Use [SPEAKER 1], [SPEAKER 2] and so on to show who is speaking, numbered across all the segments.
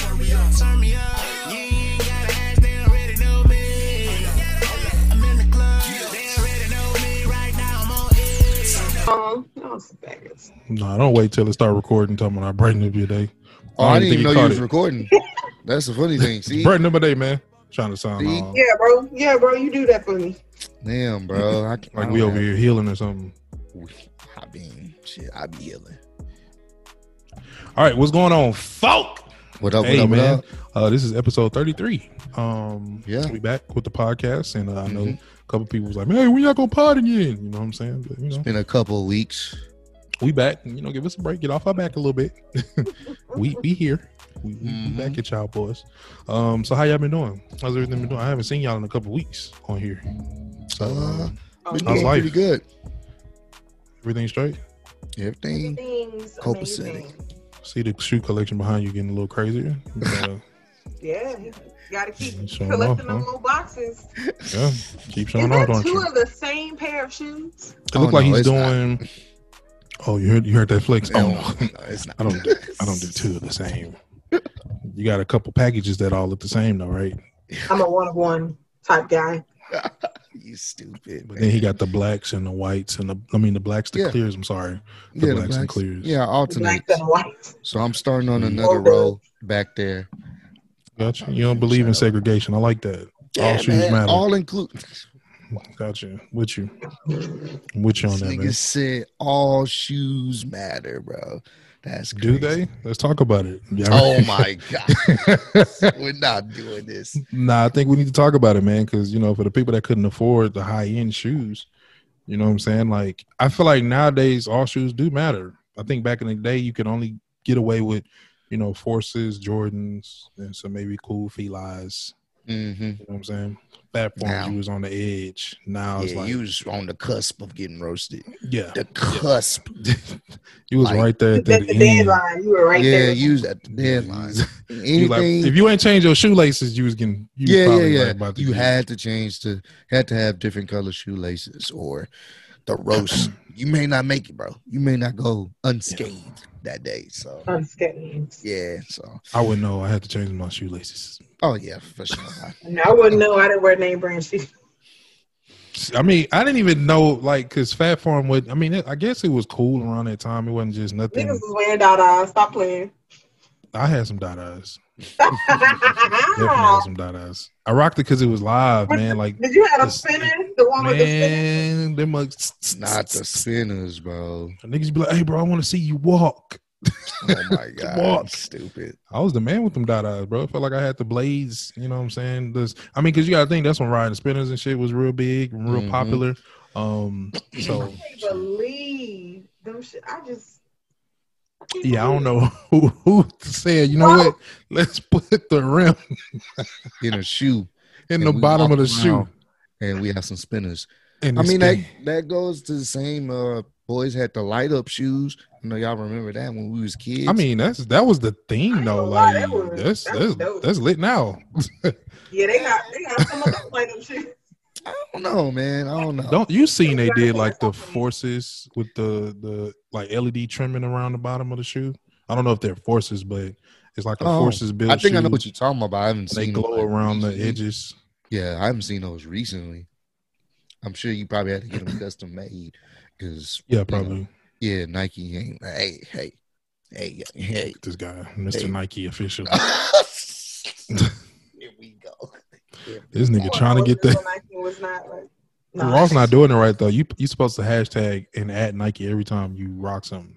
[SPEAKER 1] Turn me up. You ain't got to ask, they already know me. I'm in the club, they already know me. Right now I'm on it.
[SPEAKER 2] Oh, that was fabulous.
[SPEAKER 3] No, I don't wait till it start recording. Talking about I brighten up your day.
[SPEAKER 4] Oh, I,
[SPEAKER 3] I
[SPEAKER 4] didn't
[SPEAKER 3] didn't
[SPEAKER 4] even know
[SPEAKER 3] think
[SPEAKER 4] you
[SPEAKER 3] he
[SPEAKER 4] was
[SPEAKER 3] caught it.
[SPEAKER 4] recording. That's the funny thing. See,
[SPEAKER 3] Brighten up my day, man. Trying to sound um,
[SPEAKER 4] See?
[SPEAKER 3] all,
[SPEAKER 2] Yeah, bro. Yeah, bro. You do that for me.
[SPEAKER 4] damn, bro. I,
[SPEAKER 3] like we over here healing or something.
[SPEAKER 4] here. I mean, shit, I be healing.
[SPEAKER 3] All right, what's going on, folk?
[SPEAKER 4] What up,
[SPEAKER 3] Hey
[SPEAKER 4] what up, what
[SPEAKER 3] man,
[SPEAKER 4] up?
[SPEAKER 3] uh, this is episode thirty three. Um,
[SPEAKER 4] Yeah.
[SPEAKER 3] we back with the podcast, and uh, I know
[SPEAKER 4] Mhm.
[SPEAKER 3] a couple people was like, "Hey, when y'all gonna pod again?" You know what I'm saying? But you know,
[SPEAKER 4] Been a couple of weeks.
[SPEAKER 3] we back. and, You know, give us a break, get off our back a little bit. we we here. We, we- we
[SPEAKER 4] Mhm.
[SPEAKER 3] back at y'all boys. Um, so how y'all been doing? How's everything been doing? I haven't seen y'all in a couple weeks on here. So
[SPEAKER 4] Uh,
[SPEAKER 3] um,
[SPEAKER 2] Oh,
[SPEAKER 4] Been
[SPEAKER 3] How's
[SPEAKER 4] doing
[SPEAKER 2] yeah.
[SPEAKER 3] life?
[SPEAKER 4] pretty good.
[SPEAKER 3] everything straight.
[SPEAKER 4] Everything.
[SPEAKER 2] Things
[SPEAKER 4] Copacetic.
[SPEAKER 2] amazing.
[SPEAKER 3] See the shoe collection behind you getting a little crazier. Uh,
[SPEAKER 2] Yeah, you gotta keep
[SPEAKER 3] Showing off,
[SPEAKER 2] collecting them
[SPEAKER 3] huh?
[SPEAKER 2] little boxes.
[SPEAKER 3] yeah, keep
[SPEAKER 2] Is
[SPEAKER 3] showing
[SPEAKER 2] that
[SPEAKER 3] off, don't
[SPEAKER 2] two
[SPEAKER 3] you?
[SPEAKER 2] of the same pair of shoes?
[SPEAKER 3] It looked
[SPEAKER 4] Oh,
[SPEAKER 3] like
[SPEAKER 4] no,
[SPEAKER 3] he's
[SPEAKER 4] it's not.
[SPEAKER 3] doing. Oh, you heard you heard that flex. Oh, no.
[SPEAKER 4] No, no, it's not.
[SPEAKER 3] I don't. I don't do two of the same. You got a couple packages that all look the same though, right?
[SPEAKER 2] I'm a one of one type guy.
[SPEAKER 4] you stupid.
[SPEAKER 3] But then he
[SPEAKER 4] man.
[SPEAKER 3] got the blacks and the whites and the. I mean the blacks, the
[SPEAKER 4] Yeah.
[SPEAKER 3] clears. I'm sorry. the
[SPEAKER 4] yeah,
[SPEAKER 3] blacks and clears.
[SPEAKER 4] Yeah, alternate.
[SPEAKER 2] Black and white.
[SPEAKER 4] So I'm starting on
[SPEAKER 3] Mhm.
[SPEAKER 4] another
[SPEAKER 2] Okay.
[SPEAKER 4] roll back there.
[SPEAKER 3] Gotcha. You don't believe in segregation. I like that. all shoes
[SPEAKER 4] man,
[SPEAKER 3] matter.
[SPEAKER 4] All include.
[SPEAKER 3] Gotcha. With you. I'm with you on
[SPEAKER 4] This
[SPEAKER 3] that,
[SPEAKER 4] nigga
[SPEAKER 3] man.
[SPEAKER 4] said all shoes matter, bro. That's
[SPEAKER 3] Do
[SPEAKER 4] crazy.
[SPEAKER 3] they? Let's talk about it. Yeah,
[SPEAKER 4] Oh
[SPEAKER 3] right.
[SPEAKER 4] my god, we're not doing this.
[SPEAKER 3] Nah, I think we need to talk about it, man, because you know, for the people that couldn't afford the high end shoes, you know what I'm saying? Like I feel like nowadays all shoes do matter. I think back in the day you could only get away with, you know, forces, Jordans, and some maybe cool felines.
[SPEAKER 4] hmm
[SPEAKER 3] You know what I'm saying? Platforms
[SPEAKER 4] Now.
[SPEAKER 3] you was on the edge. Now it's
[SPEAKER 4] Yeah,
[SPEAKER 3] like
[SPEAKER 4] you was on the cusp of getting roasted.
[SPEAKER 3] Yeah.
[SPEAKER 4] The cusp.
[SPEAKER 3] You was
[SPEAKER 4] like-
[SPEAKER 3] right there
[SPEAKER 2] At
[SPEAKER 3] at
[SPEAKER 2] the
[SPEAKER 3] the, end.
[SPEAKER 2] deadline, you were right
[SPEAKER 4] yeah,
[SPEAKER 2] there.
[SPEAKER 4] you was at the deadline.
[SPEAKER 3] You like,
[SPEAKER 4] Anything?
[SPEAKER 3] if you ain't change your shoelaces, you was getting you
[SPEAKER 4] yeah, yeah,
[SPEAKER 3] probably
[SPEAKER 4] yeah.
[SPEAKER 3] like about to
[SPEAKER 4] you
[SPEAKER 3] get-
[SPEAKER 4] had to change to had to have different color shoelaces or the roast. you may not make it, bro. You may not go unscathed that day. So
[SPEAKER 2] I'm scared.
[SPEAKER 4] yeah, so
[SPEAKER 3] I would know I had to change my shoelaces.
[SPEAKER 4] oh yeah, for sure.
[SPEAKER 2] And I wouldn't know. I didn't wear name brand shoes.
[SPEAKER 3] I mean, I didn't even know like because Fat Farm would. I mean, it, I guess it was cool around that time. It wasn't just nothing.
[SPEAKER 2] Niggas was wearing Dada. Stop playing.
[SPEAKER 3] I had some dot eyes. Definitely had
[SPEAKER 2] Did
[SPEAKER 3] some dot eyes. I rocked it because it was live, man. Like
[SPEAKER 2] you have a
[SPEAKER 3] It's-
[SPEAKER 2] spinner? The one with the spinner?
[SPEAKER 3] man, them mugs.
[SPEAKER 4] not the spinners, bro.
[SPEAKER 3] niggas be like, "Hey, bro, I want to see you walk."
[SPEAKER 4] Oh my god,
[SPEAKER 3] Walk.
[SPEAKER 4] stupid.
[SPEAKER 3] I was the man with them dot eyes, bro. I felt like I had the blades. You know what I'm saying? This, I mean, because you got to think that's when riding spinners and shit was real big, and real
[SPEAKER 4] Mhm.
[SPEAKER 3] popular. Um, so
[SPEAKER 2] I can't believe them shit. I just. can't
[SPEAKER 3] yeah, I don't
[SPEAKER 2] believe-
[SPEAKER 3] know who who said. You know what? Let's put the rim
[SPEAKER 4] In a shoe,
[SPEAKER 3] in
[SPEAKER 4] And
[SPEAKER 3] the
[SPEAKER 4] we
[SPEAKER 3] bottom of the
[SPEAKER 4] walked
[SPEAKER 3] shoe.
[SPEAKER 4] around. and we have some spinners.
[SPEAKER 3] And
[SPEAKER 4] I
[SPEAKER 3] it's
[SPEAKER 4] mean that
[SPEAKER 3] gay.
[SPEAKER 4] that goes to the same. Uh, boys had the light up shoes. I know y'all remember that when we was kids.
[SPEAKER 3] I mean that's that was the
[SPEAKER 2] I
[SPEAKER 3] thing
[SPEAKER 2] ain't
[SPEAKER 3] though.
[SPEAKER 2] gonna lie,
[SPEAKER 3] Like
[SPEAKER 2] that was-
[SPEAKER 3] that's
[SPEAKER 2] that
[SPEAKER 3] that's
[SPEAKER 2] was dope.
[SPEAKER 3] that's lit now.
[SPEAKER 2] Yeah, they got they got some of those like them shit.
[SPEAKER 4] I don't know, man. I don't know.
[SPEAKER 3] Don't you seen they did like the
[SPEAKER 2] Exactly.
[SPEAKER 3] forces with the the like LED trimming around the bottom of the shoe? I don't know if they're forces, but it's like a
[SPEAKER 4] Oh,
[SPEAKER 3] forces built.
[SPEAKER 4] I think I know
[SPEAKER 3] shoe.
[SPEAKER 4] what you're talking about. I haven't
[SPEAKER 3] They
[SPEAKER 4] seen
[SPEAKER 3] glow
[SPEAKER 4] them, like,
[SPEAKER 3] around the
[SPEAKER 4] recently.
[SPEAKER 3] edges.
[SPEAKER 4] Yeah, I haven't seen those recently. I'm sure you probably had to get them custom made because
[SPEAKER 3] Yeah, probably.
[SPEAKER 4] yeah, Nike ain't. Hey, hey, hey, hey.
[SPEAKER 3] This guy, Mr.
[SPEAKER 4] Hey.
[SPEAKER 3] Nike official.
[SPEAKER 4] Here we go.
[SPEAKER 3] This nigga
[SPEAKER 2] Well,
[SPEAKER 3] trying to
[SPEAKER 2] no,
[SPEAKER 3] get
[SPEAKER 2] this
[SPEAKER 3] the
[SPEAKER 2] one I think was not like. nah.
[SPEAKER 3] Ross not doing it right though. You you supposed to hashtag and at Nike every time you rock something.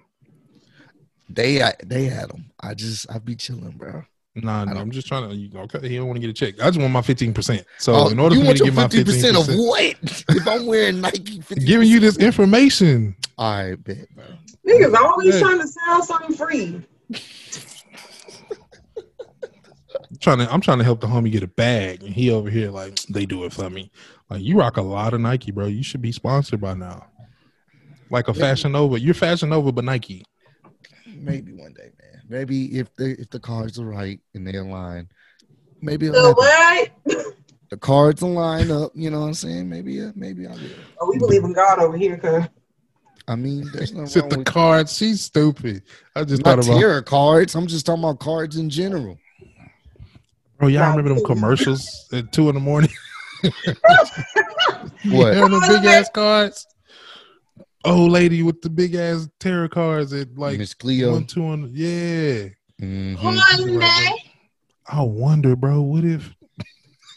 [SPEAKER 4] They they had them. I just I be chilling, bro.
[SPEAKER 3] Nah, no,
[SPEAKER 4] don't-
[SPEAKER 3] I'm just trying to. You know, okay, he don't want to get a check. I just want my 15. percent So
[SPEAKER 4] Oh,
[SPEAKER 3] in order
[SPEAKER 4] you
[SPEAKER 3] for me
[SPEAKER 4] want
[SPEAKER 3] to
[SPEAKER 4] your
[SPEAKER 3] get my 15,
[SPEAKER 4] percent
[SPEAKER 3] percent
[SPEAKER 4] of what? if I'm wearing Nike, 50
[SPEAKER 3] giving you this information,
[SPEAKER 4] All right, bet, bro.
[SPEAKER 2] Niggas always
[SPEAKER 3] Hey.
[SPEAKER 2] trying to sell something free.
[SPEAKER 3] trying to, I'm trying to help the homie get a bag, and he over here like they do it for me. Like you rock a lot of Nike, bro. You should be sponsored by now. Like a
[SPEAKER 4] Yeah.
[SPEAKER 3] Fashion Nova, you're Fashion Nova, but Nike.
[SPEAKER 4] Maybe one day, man. Maybe if the if the cards are right and they're aligned, maybe it'll
[SPEAKER 2] So
[SPEAKER 4] happen.
[SPEAKER 2] what?
[SPEAKER 4] the cards will line up. You know what I'm saying? Maybe uh, maybe I will.
[SPEAKER 2] Oh, we believe in God over here, cause
[SPEAKER 4] I mean, there's nothing
[SPEAKER 3] Sit
[SPEAKER 4] wrong
[SPEAKER 3] the
[SPEAKER 4] with
[SPEAKER 3] cards. She's stupid. I just
[SPEAKER 4] not
[SPEAKER 3] thought about.
[SPEAKER 4] tarot cards. I'm just talking about cards in general.
[SPEAKER 3] Bro, y'all
[SPEAKER 2] Wow.
[SPEAKER 3] remember them commercials at two in the morning?
[SPEAKER 4] What?
[SPEAKER 3] Having them big ass cards. Old lady with the big ass tarot cards at like
[SPEAKER 4] Miss Cleo.
[SPEAKER 3] one, two, on yeah.
[SPEAKER 4] Mhm.
[SPEAKER 2] Hyundai.
[SPEAKER 3] I wonder, bro, what if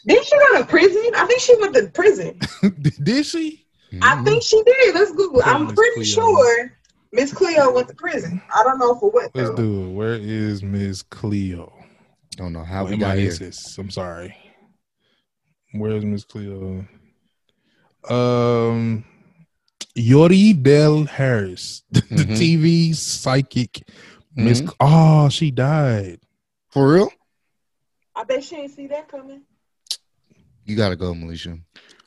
[SPEAKER 2] Did she go to prison? I think she went to prison.
[SPEAKER 3] Mm-hmm. did she?
[SPEAKER 2] I
[SPEAKER 4] mm-hmm.
[SPEAKER 2] think she did. Let's Google. I'm
[SPEAKER 3] Miss
[SPEAKER 2] pretty
[SPEAKER 3] Cleo.
[SPEAKER 2] sure Miss Cleo went to prison. I don't know for what.
[SPEAKER 3] Let's
[SPEAKER 2] though.
[SPEAKER 3] do it. Where is Miss Cleo?
[SPEAKER 4] don't know how
[SPEAKER 3] Oh,
[SPEAKER 4] we got here.
[SPEAKER 3] MISIS. I'm sorry. Where's Miss Cleo? Um, Yori Del Harris, the
[SPEAKER 4] Mhm.
[SPEAKER 3] TV psychic. Miss,
[SPEAKER 4] Mhm.
[SPEAKER 3] oh, she died.
[SPEAKER 4] For real?
[SPEAKER 2] I bet she ain't see that coming.
[SPEAKER 4] You gotta go, Militia.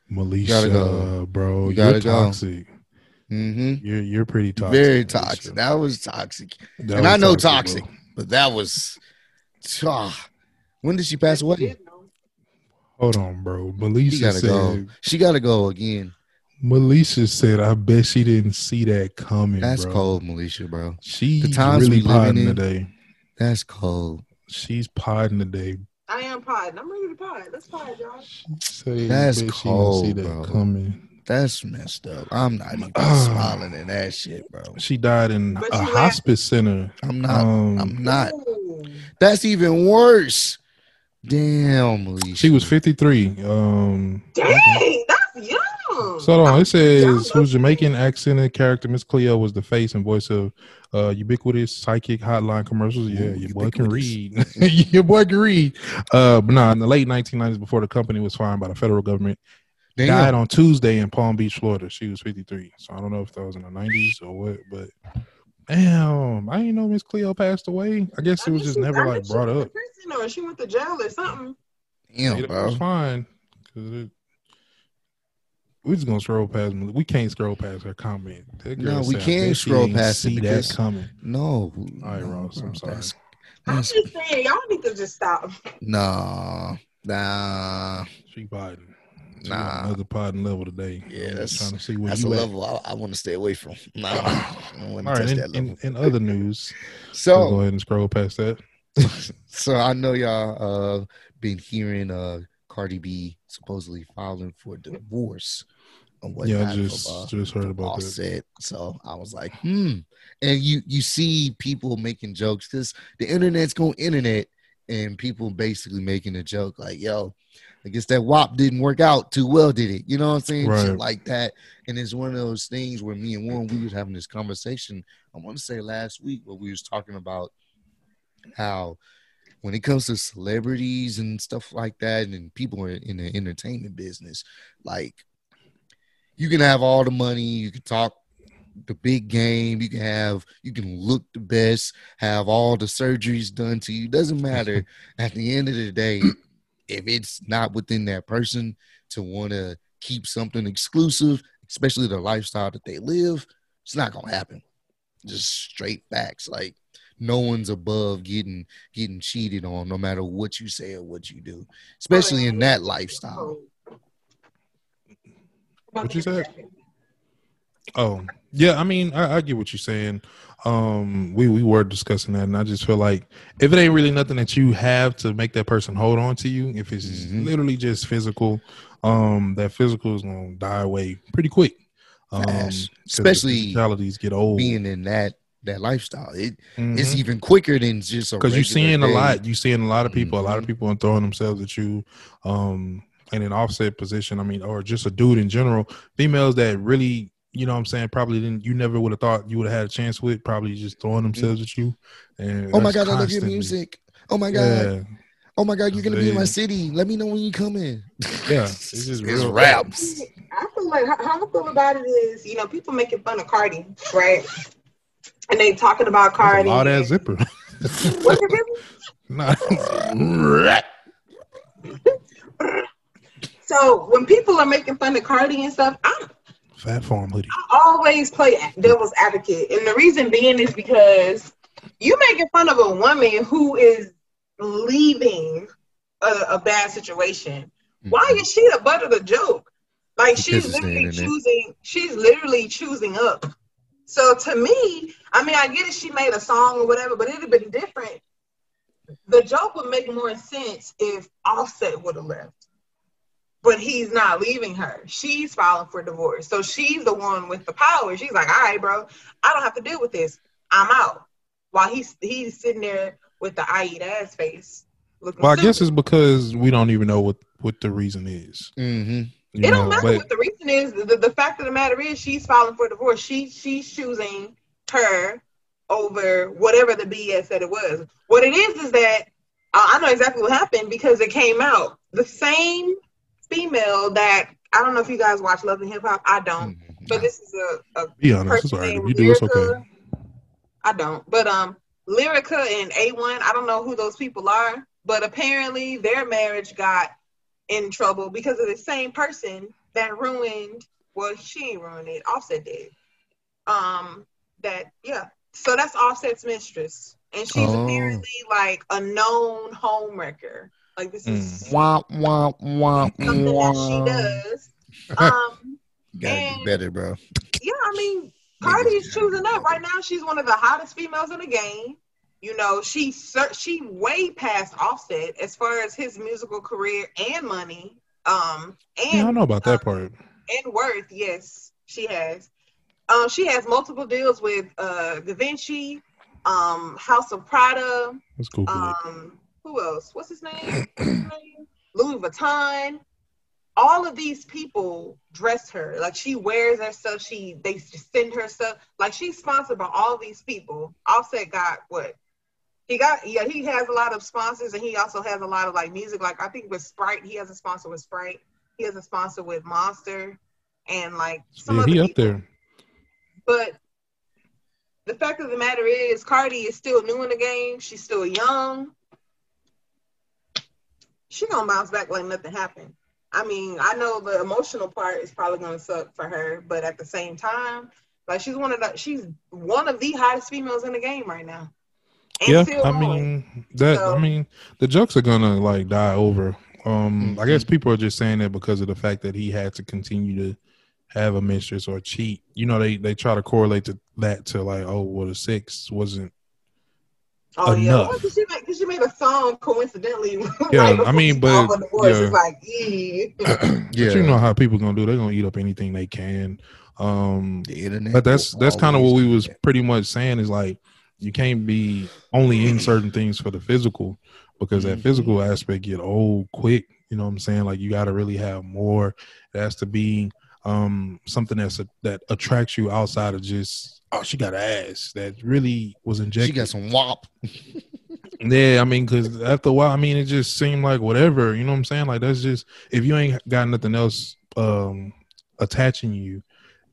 [SPEAKER 3] Melissa,
[SPEAKER 4] gotta go.
[SPEAKER 3] bro,
[SPEAKER 4] You
[SPEAKER 3] you
[SPEAKER 4] gotta
[SPEAKER 3] are
[SPEAKER 4] go.
[SPEAKER 3] toxic.
[SPEAKER 4] hmm
[SPEAKER 3] You're you're pretty toxic.
[SPEAKER 4] Very
[SPEAKER 3] Alicia.
[SPEAKER 4] toxic. That was toxic.
[SPEAKER 3] That
[SPEAKER 4] and
[SPEAKER 3] was
[SPEAKER 4] I know toxic,
[SPEAKER 3] toxic,
[SPEAKER 4] but that was. Ah. When did she pass away?
[SPEAKER 3] bro. Hold on, bro.
[SPEAKER 4] She
[SPEAKER 3] Melissa
[SPEAKER 4] gotta
[SPEAKER 3] said.
[SPEAKER 4] go. She gotta go again.
[SPEAKER 3] Melissa said, "I bet she didn't see that coming."
[SPEAKER 4] That's
[SPEAKER 3] bro.
[SPEAKER 4] cold, Militia, bro.
[SPEAKER 3] She's
[SPEAKER 4] times
[SPEAKER 3] really
[SPEAKER 4] we living
[SPEAKER 3] podding
[SPEAKER 4] in-
[SPEAKER 3] today.
[SPEAKER 4] That's cold.
[SPEAKER 3] She's podding today.
[SPEAKER 2] I am podding. I'm ready to pod. Let's pod, y'all.
[SPEAKER 3] She said,
[SPEAKER 4] That's
[SPEAKER 3] "Bet she didn't
[SPEAKER 4] cold,
[SPEAKER 3] see that
[SPEAKER 4] bro.
[SPEAKER 3] coming.
[SPEAKER 4] That's messed up. I'm not even
[SPEAKER 3] Ah.
[SPEAKER 4] smiling at that shit, bro.
[SPEAKER 3] She died in
[SPEAKER 2] But
[SPEAKER 3] a
[SPEAKER 2] she laughed.
[SPEAKER 3] hospice center.
[SPEAKER 4] I'm not.
[SPEAKER 3] Um,
[SPEAKER 4] I'm not.
[SPEAKER 2] Ooh.
[SPEAKER 4] That's even worse. Damn, Alicia.
[SPEAKER 3] she was 53. Um,
[SPEAKER 2] Dang, that's young.
[SPEAKER 3] so hold on. It says whose Jamaican accent and character Miss Cleo was the face and voice of uh, ubiquitous psychic hotline commercials. Yeah,
[SPEAKER 4] Ooh,
[SPEAKER 3] your boy can read.
[SPEAKER 4] ubiquitous.
[SPEAKER 3] your boy can read. Uh, but nah, in the late 1990s, before the company was fined by the federal government,
[SPEAKER 4] Damn.
[SPEAKER 3] died on Tuesday in Palm Beach, Florida. She was 53. So I don't know if that was in the 90s or what, but damn, I didn't know Miss Cleo passed away. I guess it was just never like brought up.
[SPEAKER 2] Prison or she went to jail or something.
[SPEAKER 4] Damn,
[SPEAKER 3] It
[SPEAKER 4] bro.
[SPEAKER 3] was fine. 'cause it- we just gonna scroll past. We can't scroll past her comment. That
[SPEAKER 4] No,
[SPEAKER 3] girl
[SPEAKER 4] we
[SPEAKER 3] said, I
[SPEAKER 4] can't
[SPEAKER 3] bet she
[SPEAKER 4] scroll
[SPEAKER 3] didn't
[SPEAKER 4] past it
[SPEAKER 3] See that
[SPEAKER 4] because-
[SPEAKER 3] coming?
[SPEAKER 4] No.
[SPEAKER 3] All right,
[SPEAKER 4] no,
[SPEAKER 3] Ross, I'm
[SPEAKER 4] bro,
[SPEAKER 3] sorry.
[SPEAKER 4] that's-
[SPEAKER 2] I'm
[SPEAKER 4] that's-
[SPEAKER 2] just saying, y'all need to just stop.
[SPEAKER 4] Nah, nah.
[SPEAKER 3] She podding. She on
[SPEAKER 4] Nah.
[SPEAKER 3] another podding level today.
[SPEAKER 4] Yeah,
[SPEAKER 3] I'm
[SPEAKER 4] that's-
[SPEAKER 3] just trying to see where
[SPEAKER 4] That's a
[SPEAKER 3] you at.
[SPEAKER 4] level I, I want to stay away from. Nah, I don't
[SPEAKER 3] All
[SPEAKER 4] want to
[SPEAKER 3] right,
[SPEAKER 4] touch
[SPEAKER 3] in,
[SPEAKER 4] that
[SPEAKER 3] in-
[SPEAKER 4] level.
[SPEAKER 3] in other news, we'll go
[SPEAKER 4] So,
[SPEAKER 3] ahead and scroll past that.
[SPEAKER 4] so I know y'all uh been hearing uh Cardi B supposedly filing for divorce and whatnot.
[SPEAKER 3] yeah, I
[SPEAKER 4] from,
[SPEAKER 3] just
[SPEAKER 4] uh,
[SPEAKER 3] just heard about that.
[SPEAKER 4] offset. So I was like, hmm. And you you see people making jokes because the internet's going internet and people basically making a joke like, yo, I guess that WAP didn't work out too well, did it? You know what I'm saying? Shit
[SPEAKER 3] Right.
[SPEAKER 4] like that. And it's one of those things where me and Warren, we was having this conversation, I want to say last week, where we was talking about how when it comes to celebrities and stuff like that, and people in in the entertainment business, like you can have all the money, you can talk the big game, you can have, you can look the best, have all the surgeries done to you. Doesn't matter. At the end of the day, if it's not within that person to want to keep something exclusive, especially the lifestyle that they live, it's not gonna happen. Just straight facts. Like no one's above getting getting cheated on, no matter what you say or what you do, especially in that lifestyle.
[SPEAKER 2] Oh.
[SPEAKER 3] What you said? Oh, yeah. I mean, I, I get what you're saying. Um, we we were discussing that, and I just feel like if it ain't really nothing that you have to make that person hold on to you, if it's
[SPEAKER 4] Mhm.
[SPEAKER 3] literally just physical, um, that physical is gonna die away pretty quick. Um, 'cause
[SPEAKER 4] Fast.
[SPEAKER 3] the
[SPEAKER 4] Especially
[SPEAKER 3] physicalities get old.
[SPEAKER 4] Being in that that lifestyle, it, it's
[SPEAKER 3] Mhm.
[SPEAKER 4] even quicker than just a
[SPEAKER 3] because you're
[SPEAKER 4] regular
[SPEAKER 3] seeing a
[SPEAKER 4] day.
[SPEAKER 3] lot. You're seeing a lot of people. A lot
[SPEAKER 4] Mhm.
[SPEAKER 3] of people are throwing themselves at you, um, in an offset position. I mean, or just a dude in general. Females that really, you know, what I'm saying, probably didn't. You never would have thought you would have had a chance with. Probably just throwing themselves at you. And
[SPEAKER 4] Mm-hmm. Oh my
[SPEAKER 3] that's
[SPEAKER 4] god, I love your
[SPEAKER 3] constantly-
[SPEAKER 4] music. Oh my god.
[SPEAKER 3] Yeah,
[SPEAKER 4] Oh my god, you're gonna be in my
[SPEAKER 3] Yeah.
[SPEAKER 4] city. Let me know when you come in.
[SPEAKER 3] yeah. It's just
[SPEAKER 4] It's
[SPEAKER 3] real.
[SPEAKER 4] rap.
[SPEAKER 2] I feel like how, how I feel about it is, you know, people making fun of Cardi, right? And they talking about Cardi.
[SPEAKER 3] Loud ass zipper.
[SPEAKER 2] What's it really?
[SPEAKER 3] Nah.
[SPEAKER 4] Oh. Mm-hmm.
[SPEAKER 2] So when people are making fun of Cardi and stuff, I'm
[SPEAKER 3] Fat farm hoodie.
[SPEAKER 2] always play devil's advocate, and the reason being is because you making fun of a woman who is leaving a, a bad situation. Why is she the butt of the joke? Like
[SPEAKER 4] Because
[SPEAKER 2] she's
[SPEAKER 4] it's Mm-hmm. the
[SPEAKER 2] literally
[SPEAKER 4] internet.
[SPEAKER 2] choosing. She's literally choosing up. So to me, I mean, I get it. She made a song or whatever, but it'd have been different the joke would make more sense if Offset would have left, but he's not leaving her. She's filing for divorce, so she's the one with the power. She's like, "All right, bro, I don't have to deal with this. I'm out." While he's he's sitting there with the I eat ass face. Looking
[SPEAKER 3] Well, I guess
[SPEAKER 2] stupid.
[SPEAKER 3] it's because we don't even know what what the reason is.
[SPEAKER 4] Mm-hmm.
[SPEAKER 3] you
[SPEAKER 2] it don't
[SPEAKER 3] know,
[SPEAKER 2] matter
[SPEAKER 3] but-
[SPEAKER 2] what the reason is. The, the fact of the matter is, she's filing for divorce. She she's choosing her over whatever the BS that it was. What it is is that uh, I know exactly what happened because it came out. The same female that I don't know if you guys watch Love and Hip Hop. I
[SPEAKER 3] Mm,
[SPEAKER 2] don't, Um,
[SPEAKER 4] Mm-hmm.
[SPEAKER 2] but this is a, a
[SPEAKER 3] Be honest, it's
[SPEAKER 2] person
[SPEAKER 3] Oh, all right. If
[SPEAKER 2] named
[SPEAKER 3] you do, it's
[SPEAKER 2] Lyrica.
[SPEAKER 3] okay.
[SPEAKER 2] I don't, but um, Lyrica and A1, I don't know who those people are, but apparently their marriage got in trouble because of the same person that ruined. Well, she ain't ruined it. Offset did. Um, that yeah. So that's Offset's mistress, and she's
[SPEAKER 4] Oh.
[SPEAKER 2] apparently like a known homewrecker. Like this is
[SPEAKER 4] Wah, wah, wah,
[SPEAKER 3] Mm.
[SPEAKER 2] something
[SPEAKER 4] wah.
[SPEAKER 2] that she does. Um,
[SPEAKER 4] Gotta do
[SPEAKER 2] And-
[SPEAKER 4] better, bro.
[SPEAKER 2] yeah, I mean,
[SPEAKER 4] Niggas
[SPEAKER 2] Cardi is
[SPEAKER 4] gotta
[SPEAKER 2] choosing
[SPEAKER 4] be
[SPEAKER 2] up right
[SPEAKER 4] better.
[SPEAKER 2] now. She's one of the hottest females in the game. You know, she cer- she way past Offset as far as his musical career and money, um,
[SPEAKER 3] Yeah, I don't
[SPEAKER 2] and
[SPEAKER 3] know about that part.
[SPEAKER 2] and worth. Yes, she has. Um, she has multiple deals with uh, Da Vinci, um, House of Prada,
[SPEAKER 3] Let's Google it.
[SPEAKER 2] um, who else? What's his name? What's his name? Louis Vuitton. All of these people dress her like she wears her stuff. She they send her stuff like she's sponsored by all these people. Offset got what? He got yeah. He has a lot of sponsors and he also has a lot of like music. Like I think with Sprite, he has a sponsor with Sprite. He has a sponsor with Monster, and like some
[SPEAKER 3] Yeah,
[SPEAKER 2] other
[SPEAKER 3] he up
[SPEAKER 2] people.
[SPEAKER 3] there.
[SPEAKER 2] But the fact of the matter is, Cardi is still new in the game. She's still young. She gonna bounce back like nothing happened. I mean, I know the emotional part is probably gonna suck for her, but at the same time, like she's one of the she's one of the hottest females in the game right now. And
[SPEAKER 3] yeah,
[SPEAKER 2] still
[SPEAKER 3] I
[SPEAKER 2] growing.
[SPEAKER 3] mean that.
[SPEAKER 2] So-
[SPEAKER 3] I mean the jokes are gonna like die over. Um, I
[SPEAKER 4] Mhm.
[SPEAKER 2] Mm-hmm.
[SPEAKER 3] guess people are just saying that because of the fact that he had to continue to have a mistress or cheat. You know, they they try to correlate to that to like, oh, well, the sex wasn't.
[SPEAKER 2] oh yeah,
[SPEAKER 3] enough.
[SPEAKER 2] Well, 'cause she made, 'cause she made a song coincidentally. right
[SPEAKER 3] Yeah, I
[SPEAKER 2] before
[SPEAKER 3] mean,
[SPEAKER 2] she filed
[SPEAKER 3] but-
[SPEAKER 2] for divorce.
[SPEAKER 3] yeah.
[SPEAKER 2] It's like, yeah.
[SPEAKER 3] But
[SPEAKER 4] Yeah.
[SPEAKER 3] you know how people gonna do. They're gonna eat up anything they can. Um,
[SPEAKER 4] The internet
[SPEAKER 3] but that's
[SPEAKER 4] will
[SPEAKER 3] that's kind of
[SPEAKER 4] always
[SPEAKER 3] what we
[SPEAKER 4] do
[SPEAKER 3] was
[SPEAKER 4] that.
[SPEAKER 3] pretty much saying is like you can't be only in certain things for the physical because that
[SPEAKER 4] Mhm.
[SPEAKER 3] physical aspect get old quick you know what i'm saying like you got to really have more it has to be um something that's a, that attracts you outside of just oh she got an ass that really was injected
[SPEAKER 4] She got some wop.
[SPEAKER 3] yeah, I mean, because after a while, I mean, it just seemed like whatever. You know what I'm saying? Like that's just if you ain't got nothing else um attaching you,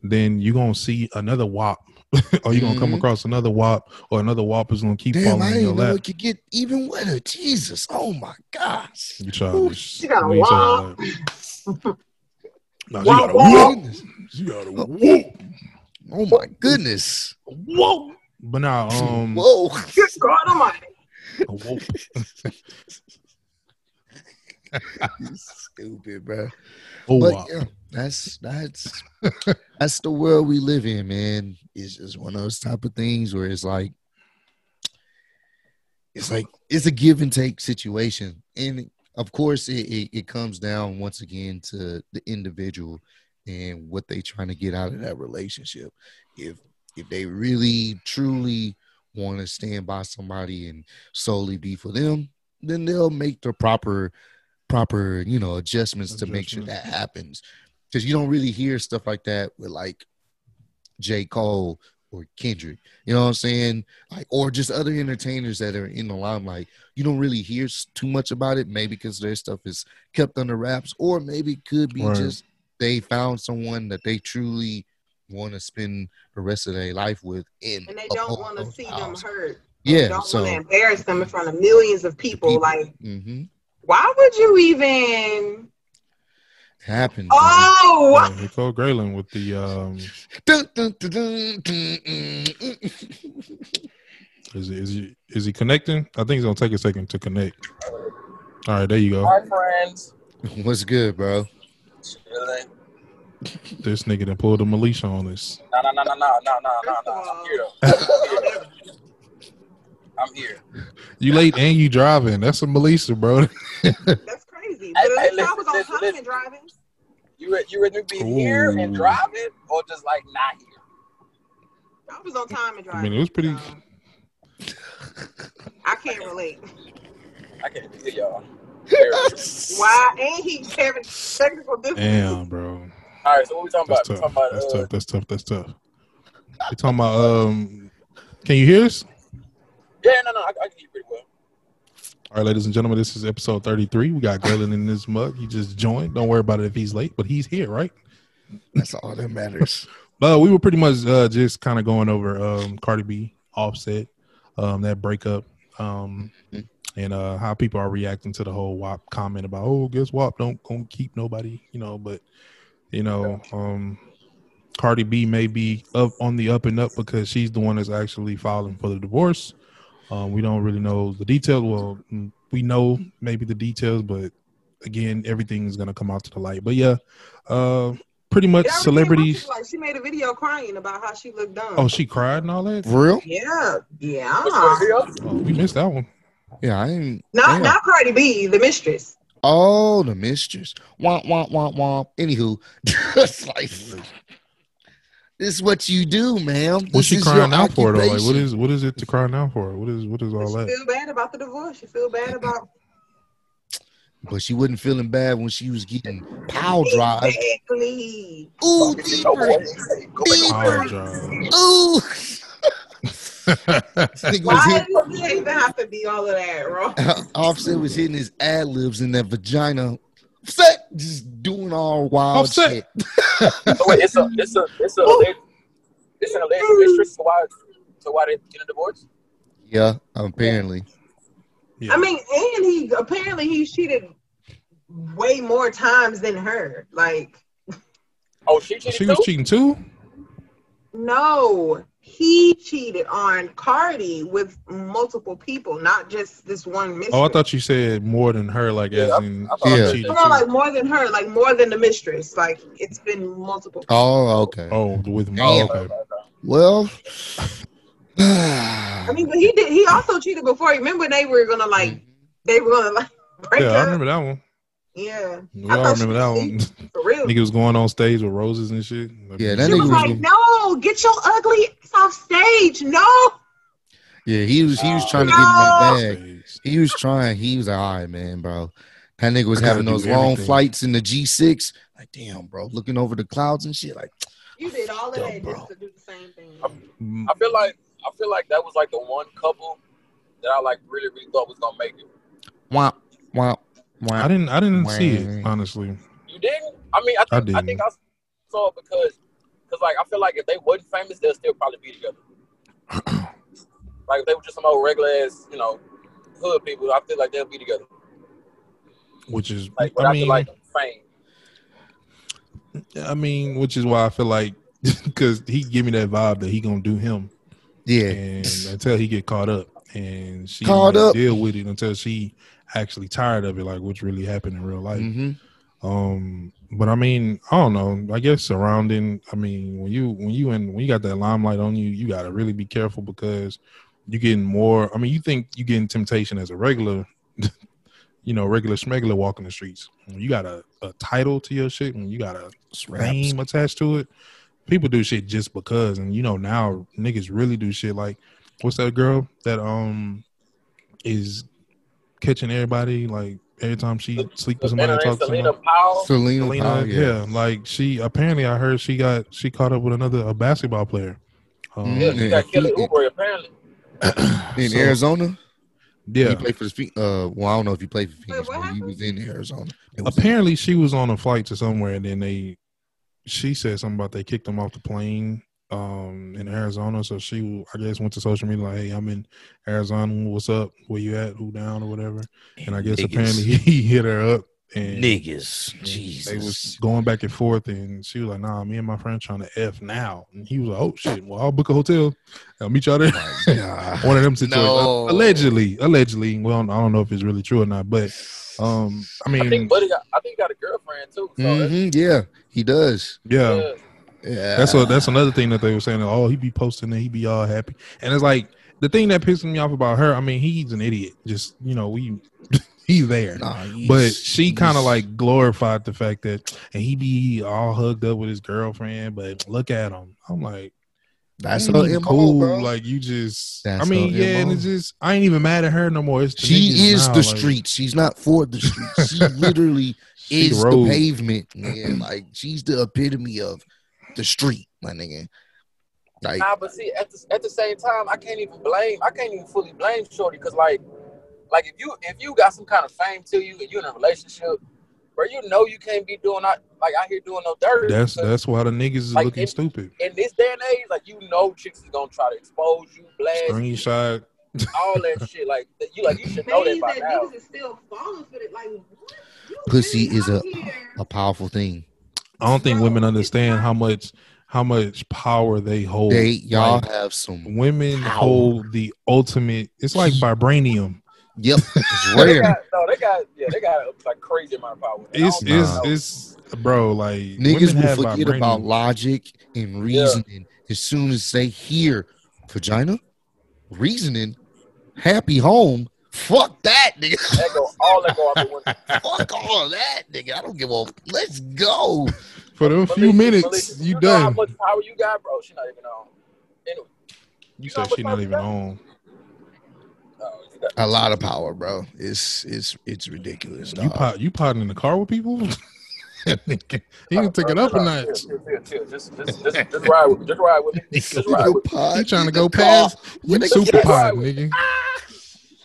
[SPEAKER 3] then you gonna see another wop, or you gonna come
[SPEAKER 4] Mhm.
[SPEAKER 3] across another wop, or another wop is gonna keep
[SPEAKER 4] Damn, I
[SPEAKER 3] falling in your
[SPEAKER 4] didn't know
[SPEAKER 3] lap.
[SPEAKER 4] it could get even wetter. Jesus. Oh my gosh.
[SPEAKER 3] You childish.
[SPEAKER 2] She got a
[SPEAKER 3] You ain't
[SPEAKER 2] wop.
[SPEAKER 3] childish. No, she
[SPEAKER 2] Wop,
[SPEAKER 3] got a
[SPEAKER 2] wop.
[SPEAKER 3] wop.
[SPEAKER 4] Goodness.
[SPEAKER 3] She got a
[SPEAKER 4] Oh,
[SPEAKER 3] wop.
[SPEAKER 4] whoa. Oh my goodness.
[SPEAKER 3] Whoa. But now, um,
[SPEAKER 4] Whoa.
[SPEAKER 2] Good God Almighty.
[SPEAKER 3] a wop.
[SPEAKER 4] Stupid, bro.
[SPEAKER 3] A
[SPEAKER 4] But uh,
[SPEAKER 3] wop.
[SPEAKER 4] yeah, that's that's that's the world we live in, man. It's just one of those type of things where it's like it's like it's a give and take situation. And of course it, it, it comes down once again to the individual and what they trying to get out of that relationship. If if they really truly want to stand by somebody and solely be for them, then they'll make the proper proper, you know, adjustments to make sure that
[SPEAKER 3] Adjustments.
[SPEAKER 4] happens. Cause you don't really hear stuff like that with like J. Cole or Kendrick. You know what I'm saying? Like, or just other entertainers that are in the limelight. You don't really hear s- too much about it, maybe because their stuff is kept under wraps, or maybe it could be
[SPEAKER 3] Right.
[SPEAKER 4] just they found someone that they truly want to spend the rest of their life with, and,
[SPEAKER 2] and they don't
[SPEAKER 4] uphold
[SPEAKER 2] want to
[SPEAKER 4] those
[SPEAKER 2] see them
[SPEAKER 4] vows.
[SPEAKER 2] hurt. they
[SPEAKER 4] Oh, Yeah,
[SPEAKER 2] don't
[SPEAKER 4] so
[SPEAKER 2] want to embarrass them in front of millions of people.
[SPEAKER 4] people.
[SPEAKER 2] Like,
[SPEAKER 4] mm-hmm.
[SPEAKER 2] why would you even?
[SPEAKER 4] happened.
[SPEAKER 2] Oh,
[SPEAKER 4] man.
[SPEAKER 3] Yeah,
[SPEAKER 2] why-
[SPEAKER 3] Nicole Grayling with the um,
[SPEAKER 4] Dun, dun, dun, dun, dun, mm.
[SPEAKER 3] Is he, is he is he connecting? I think it's gonna take a second to connect. All right, there you go.
[SPEAKER 5] Hi, friends.
[SPEAKER 4] What's good, bro?
[SPEAKER 5] Chilling.
[SPEAKER 3] This nigga that pulled a Malisha on us.
[SPEAKER 5] No, no, no, no, no, no, no, no, no. I'm here. I'm here.
[SPEAKER 3] You late and you driving. That's a Melissa, bro.
[SPEAKER 2] That's crazy.
[SPEAKER 5] Hey,
[SPEAKER 2] But at
[SPEAKER 5] hey,
[SPEAKER 2] least I was on
[SPEAKER 5] listen,
[SPEAKER 2] time
[SPEAKER 5] listen.
[SPEAKER 2] and driving.
[SPEAKER 5] You re- you ready to be here and
[SPEAKER 3] Ooh.
[SPEAKER 5] driving, or just like not here?
[SPEAKER 2] I was on time and
[SPEAKER 3] I
[SPEAKER 2] driving.
[SPEAKER 3] mean, it was pretty.
[SPEAKER 2] so I can't relate.
[SPEAKER 5] I can't hear y'all.
[SPEAKER 2] Why? And he having technical difficulties.
[SPEAKER 3] Damn, bro.
[SPEAKER 5] All right, so what we talking
[SPEAKER 3] That's
[SPEAKER 5] about? We
[SPEAKER 3] tough.
[SPEAKER 5] talking about
[SPEAKER 3] That's
[SPEAKER 5] uh,
[SPEAKER 3] tough. That's tough. That's tough. You talking about um? Can you hear us?
[SPEAKER 5] yeah, no, no, I, I can hear pretty well.
[SPEAKER 3] All right, ladies and gentlemen, this is episode 33. We got Galen in this mug. He just joined. Don't worry about it if he's late, but he's here, right?
[SPEAKER 4] That's all that matters.
[SPEAKER 3] But we were pretty much uh, just kind of going over um, Cardi B, Offset, um, that breakup, um,
[SPEAKER 4] Mhm.
[SPEAKER 3] and uh, how people are reacting to the whole WAP comment about, oh, guess WAP don't, don't keep nobody, you know. But you know, um, Cardi B may be up on the up and up because she's the one that's actually filing for the divorce. Um, we don't really know the details. Well, mm, we know maybe the details, but again, everything is gonna come out to the light. But yeah, uh, pretty much
[SPEAKER 2] It already came out,
[SPEAKER 3] celebrities.
[SPEAKER 2] she Like she made a video crying about how she looked dumb.
[SPEAKER 3] Oh, she cried and all that.
[SPEAKER 4] For real?
[SPEAKER 2] yeah,
[SPEAKER 5] Which
[SPEAKER 2] yeah.
[SPEAKER 5] one, Leo?
[SPEAKER 3] Oh, we missed that one.
[SPEAKER 4] Yeah, I didn't.
[SPEAKER 2] Not
[SPEAKER 4] Damn.
[SPEAKER 2] not Cardi B, the mistress.
[SPEAKER 4] Oh, the mistress. Womp womp womp womp. Anywho, it's like this is what you do, ma'am.
[SPEAKER 3] What's
[SPEAKER 4] This
[SPEAKER 3] she
[SPEAKER 4] is your
[SPEAKER 3] crying out for though? Like, what
[SPEAKER 4] occupation.
[SPEAKER 3] is what is it to cry now for? What is what is all
[SPEAKER 2] She
[SPEAKER 3] that?
[SPEAKER 2] feel bad about the divorce. She feel bad about
[SPEAKER 4] But she wasn't feeling bad when she was getting power drive.
[SPEAKER 2] exactly.
[SPEAKER 4] Ooh,
[SPEAKER 5] Go
[SPEAKER 4] deeper,
[SPEAKER 5] back over
[SPEAKER 3] Power
[SPEAKER 5] it.
[SPEAKER 3] drive.
[SPEAKER 4] ooh. Nigga was
[SPEAKER 2] Why
[SPEAKER 4] hit,
[SPEAKER 2] does it even have to be all of that, bro?
[SPEAKER 4] Offset was hitting his ad libs in that vagina. Offset, just doing all wild
[SPEAKER 3] Offset.
[SPEAKER 4] shit.
[SPEAKER 5] So oh, wait, it's a it's a it's a alleged- it's an alleged mistress. So why so why they get a divorce?
[SPEAKER 4] Yeah, apparently.
[SPEAKER 3] Yeah.
[SPEAKER 2] I mean, and he apparently he cheated way more times than her. Like,
[SPEAKER 5] Oh, she cheated
[SPEAKER 3] she
[SPEAKER 5] too.
[SPEAKER 3] was cheating too.
[SPEAKER 2] no, he cheated on Cardi with multiple people, not just this one mistress.
[SPEAKER 3] Oh, I thought you said more than her, like
[SPEAKER 5] Yeah,
[SPEAKER 3] as in
[SPEAKER 5] I thought
[SPEAKER 4] Yeah.
[SPEAKER 3] she cheated
[SPEAKER 2] no, no, like
[SPEAKER 3] too.
[SPEAKER 2] more than her, like more than the mistress. Like it's been multiple.
[SPEAKER 4] Oh, okay.
[SPEAKER 3] Oh, with me.
[SPEAKER 4] Damn.
[SPEAKER 3] okay.
[SPEAKER 4] Well,
[SPEAKER 2] I mean, but he did. He also cheated before. Remember, they were gonna like they were gonna like break
[SPEAKER 3] Mm. Yeah, I
[SPEAKER 2] up.
[SPEAKER 3] remember that one.
[SPEAKER 2] Yeah,
[SPEAKER 3] We
[SPEAKER 2] I
[SPEAKER 3] all
[SPEAKER 2] thought she
[SPEAKER 3] remember that
[SPEAKER 2] was
[SPEAKER 3] one.
[SPEAKER 2] for real.
[SPEAKER 3] Nigga was going on stage with roses and shit.
[SPEAKER 4] Yeah, that
[SPEAKER 2] She was
[SPEAKER 4] nigga was
[SPEAKER 2] like,
[SPEAKER 4] gonna-
[SPEAKER 2] "No, get your ugly ass off stage. No,
[SPEAKER 4] yeah, he was he was
[SPEAKER 5] Oh.
[SPEAKER 4] trying to get in that
[SPEAKER 2] No.
[SPEAKER 4] bag. He was trying. He was like, all right, man, bro. That nigga was
[SPEAKER 3] I gotta
[SPEAKER 4] having
[SPEAKER 3] do
[SPEAKER 4] those long
[SPEAKER 3] everything.
[SPEAKER 4] flights in the G6. Like, damn, bro, looking over the clouds and shit. Like,
[SPEAKER 2] you did all of
[SPEAKER 4] Dumb,
[SPEAKER 2] that
[SPEAKER 4] bro.
[SPEAKER 2] just to do the same thing."
[SPEAKER 3] Mm,
[SPEAKER 5] I feel like I feel like that was like the one couple that I like really really thought was gonna make it.
[SPEAKER 4] womp, womp, womp.
[SPEAKER 3] I didn't I didn't see it
[SPEAKER 4] Wait.
[SPEAKER 3] honestly.
[SPEAKER 5] You didn't? I mean, I
[SPEAKER 3] I
[SPEAKER 5] think I, think I saw it because because like I feel like if they wasn't famous, they'll still probably be together. like if they were just some old regular ass, you know, hood people, I feel like they'll be together.
[SPEAKER 3] Which is
[SPEAKER 5] Like
[SPEAKER 3] I
[SPEAKER 5] without
[SPEAKER 3] mean
[SPEAKER 5] the like fame.
[SPEAKER 3] I mean, which is why I feel like because he give me that vibe that he gonna do him,
[SPEAKER 4] yeah.
[SPEAKER 3] and until he get caught up, and she
[SPEAKER 4] Caught
[SPEAKER 3] might
[SPEAKER 4] up.
[SPEAKER 3] deal with it until she actually tired of it, like what's really happened in real life.
[SPEAKER 4] hmm
[SPEAKER 3] Um, but I mean, I don't know. I guess surrounding. I mean, when you when you and when you got that limelight on you, you gotta really be careful because you getting more. I mean, you think you getting temptation as a regular, you know, regular smuggler walking the streets. When you got a, a title to your shit, when you got a name attached to it, people do shit just because. And you know, now niggas really do shit like what's that girl that um is catching everybody like every time she sleep with somebody
[SPEAKER 5] Selena,
[SPEAKER 3] or talk to somebody.
[SPEAKER 5] Selena Powell.
[SPEAKER 4] Selena,
[SPEAKER 3] Selena,
[SPEAKER 4] Powell,
[SPEAKER 3] yeah. like she apparently I heard she got she caught up with another a basketball player. Um,
[SPEAKER 5] Yeah,
[SPEAKER 3] yeah,
[SPEAKER 5] she got Kelly
[SPEAKER 4] Yeah.
[SPEAKER 5] Oubre apparently.
[SPEAKER 4] Mm-hmm. in
[SPEAKER 3] So-
[SPEAKER 4] Arizona.
[SPEAKER 3] yeah.
[SPEAKER 4] He played for the Phoenix. Uh, well, I don't know if he played for Phoenix,
[SPEAKER 2] what
[SPEAKER 4] but he
[SPEAKER 2] happened?
[SPEAKER 4] was in Arizona. It was-
[SPEAKER 3] Apparently she was on a flight to somewhere and then they she said something about they kicked them off the plane um in Arizona. So she I guess went to social media like, Hey, I'm in Arizona, what's up? Where you at? Who down or whatever? And I guess
[SPEAKER 4] Niggas.
[SPEAKER 3] apparently he hit her up and
[SPEAKER 4] niggas,
[SPEAKER 3] And They was
[SPEAKER 4] Jesus.
[SPEAKER 3] going back and forth, and she was like, "Nah, me and my friend trying to f now." And he was like, "Oh shit, well I'll book a hotel. I'll meet y'all there." One of them situations,
[SPEAKER 4] No.
[SPEAKER 3] allegedly, allegedly. Well, I don't know if it's really true or not, but um, I
[SPEAKER 5] I think
[SPEAKER 3] mean,
[SPEAKER 5] Buddy got I think he got a girlfriend too. So that's
[SPEAKER 4] Mhm, yeah, he does.
[SPEAKER 3] Mm-hmm. yeah,
[SPEAKER 5] good.
[SPEAKER 4] Yeah,
[SPEAKER 3] that's what that's another thing that they were saying. Oh, he be posting and he be all happy, and it's like the thing that pisses me off about her, I mean, he's an idiot. Just you know, we he's there.
[SPEAKER 4] Nah, he's-
[SPEAKER 3] But she
[SPEAKER 4] he's-
[SPEAKER 3] kind of like glorified the fact that, and he be all hugged up with his girlfriend. But look at him. I'm like,
[SPEAKER 4] that's
[SPEAKER 3] you
[SPEAKER 4] her
[SPEAKER 3] ain't
[SPEAKER 4] MO,
[SPEAKER 3] cool.
[SPEAKER 4] bro.
[SPEAKER 3] Like you just,
[SPEAKER 4] That's
[SPEAKER 3] I mean,
[SPEAKER 4] her
[SPEAKER 3] yeah, and
[SPEAKER 4] MO.
[SPEAKER 3] it's just, I ain't even mad at her no more. It's the
[SPEAKER 4] she
[SPEAKER 3] niggas
[SPEAKER 4] is
[SPEAKER 3] now,
[SPEAKER 4] the
[SPEAKER 3] like,
[SPEAKER 4] street. She's not for the street. She literally
[SPEAKER 3] she
[SPEAKER 4] is
[SPEAKER 3] rode.
[SPEAKER 4] the pavement, man. Like she's the epitome of the street, my nigga. Like
[SPEAKER 5] Nah, but see, at the, at the same time, I can't even blame. I can't even fully blame Shorty because, like, like if you if you got some kind of fame to you and you're in a relationship, where you know you can't be doing not like out here doing no dirt.
[SPEAKER 3] That's
[SPEAKER 5] because
[SPEAKER 3] that's why the niggas is
[SPEAKER 5] Like,
[SPEAKER 3] looking
[SPEAKER 5] it-
[SPEAKER 3] stupid.
[SPEAKER 5] in this day and age, like you know, chicks is gonna try to expose you, blast you,
[SPEAKER 3] Screenshot.
[SPEAKER 5] all that shit. Like that- you, like you should know
[SPEAKER 2] Things
[SPEAKER 5] that by
[SPEAKER 2] that
[SPEAKER 5] now.
[SPEAKER 2] niggas is still falling for it. Like, what? You
[SPEAKER 4] Pussy
[SPEAKER 2] really
[SPEAKER 4] is
[SPEAKER 2] out here-
[SPEAKER 4] a powerful thing.
[SPEAKER 3] I don't think
[SPEAKER 2] Bro,
[SPEAKER 3] women
[SPEAKER 2] it's
[SPEAKER 3] understand
[SPEAKER 2] not-
[SPEAKER 3] how much how much power they hold.
[SPEAKER 4] They y'all
[SPEAKER 3] Like,
[SPEAKER 4] have some.
[SPEAKER 3] women
[SPEAKER 4] power.
[SPEAKER 3] hold the ultimate. It's like vibranium.
[SPEAKER 4] Yep, it's
[SPEAKER 5] They
[SPEAKER 4] rare.
[SPEAKER 5] got, no, they got yeah, they got like crazy amount of power. And I
[SPEAKER 3] It's
[SPEAKER 5] don't
[SPEAKER 3] it's
[SPEAKER 5] know.
[SPEAKER 3] it's bro. Like
[SPEAKER 4] Niggas
[SPEAKER 3] women
[SPEAKER 4] will
[SPEAKER 3] have
[SPEAKER 4] forget
[SPEAKER 3] vibranium.
[SPEAKER 4] about logic and reasoning as soon as they hear vagina, reasoning, happy home. Fuck that, nigga.
[SPEAKER 5] that go all that go out the window.
[SPEAKER 4] Fuck all that, nigga. I don't give a. Let's go.
[SPEAKER 3] for them few
[SPEAKER 5] Malik,
[SPEAKER 3] minutes.
[SPEAKER 5] Malik,
[SPEAKER 3] you
[SPEAKER 5] know How
[SPEAKER 3] done?
[SPEAKER 5] much power you got, bro? She not even um, on. Anyway,
[SPEAKER 3] You
[SPEAKER 5] you know
[SPEAKER 3] said
[SPEAKER 5] how
[SPEAKER 3] she
[SPEAKER 5] much
[SPEAKER 3] not
[SPEAKER 5] power you
[SPEAKER 3] even
[SPEAKER 5] got?
[SPEAKER 3] on.
[SPEAKER 5] oh, you got-
[SPEAKER 4] A lot of power, bro. It's it's it's ridiculous.
[SPEAKER 3] You
[SPEAKER 4] dog.
[SPEAKER 3] pot you potting in the car with people. That nigga, he
[SPEAKER 5] Oh,
[SPEAKER 3] can take
[SPEAKER 5] bro,
[SPEAKER 3] it up a
[SPEAKER 5] chill out,
[SPEAKER 3] notch.
[SPEAKER 5] Chill, chill, chill, chill. Just, just, just, just ride with me. Just ride with me.
[SPEAKER 4] Nigga,
[SPEAKER 5] Just ride
[SPEAKER 4] you
[SPEAKER 5] with me.
[SPEAKER 4] pot
[SPEAKER 3] He trying to
[SPEAKER 4] in
[SPEAKER 3] go
[SPEAKER 4] the car
[SPEAKER 3] past.
[SPEAKER 4] with
[SPEAKER 3] You
[SPEAKER 4] a
[SPEAKER 3] super
[SPEAKER 4] cat.
[SPEAKER 3] pot, nigga.
[SPEAKER 5] Ah!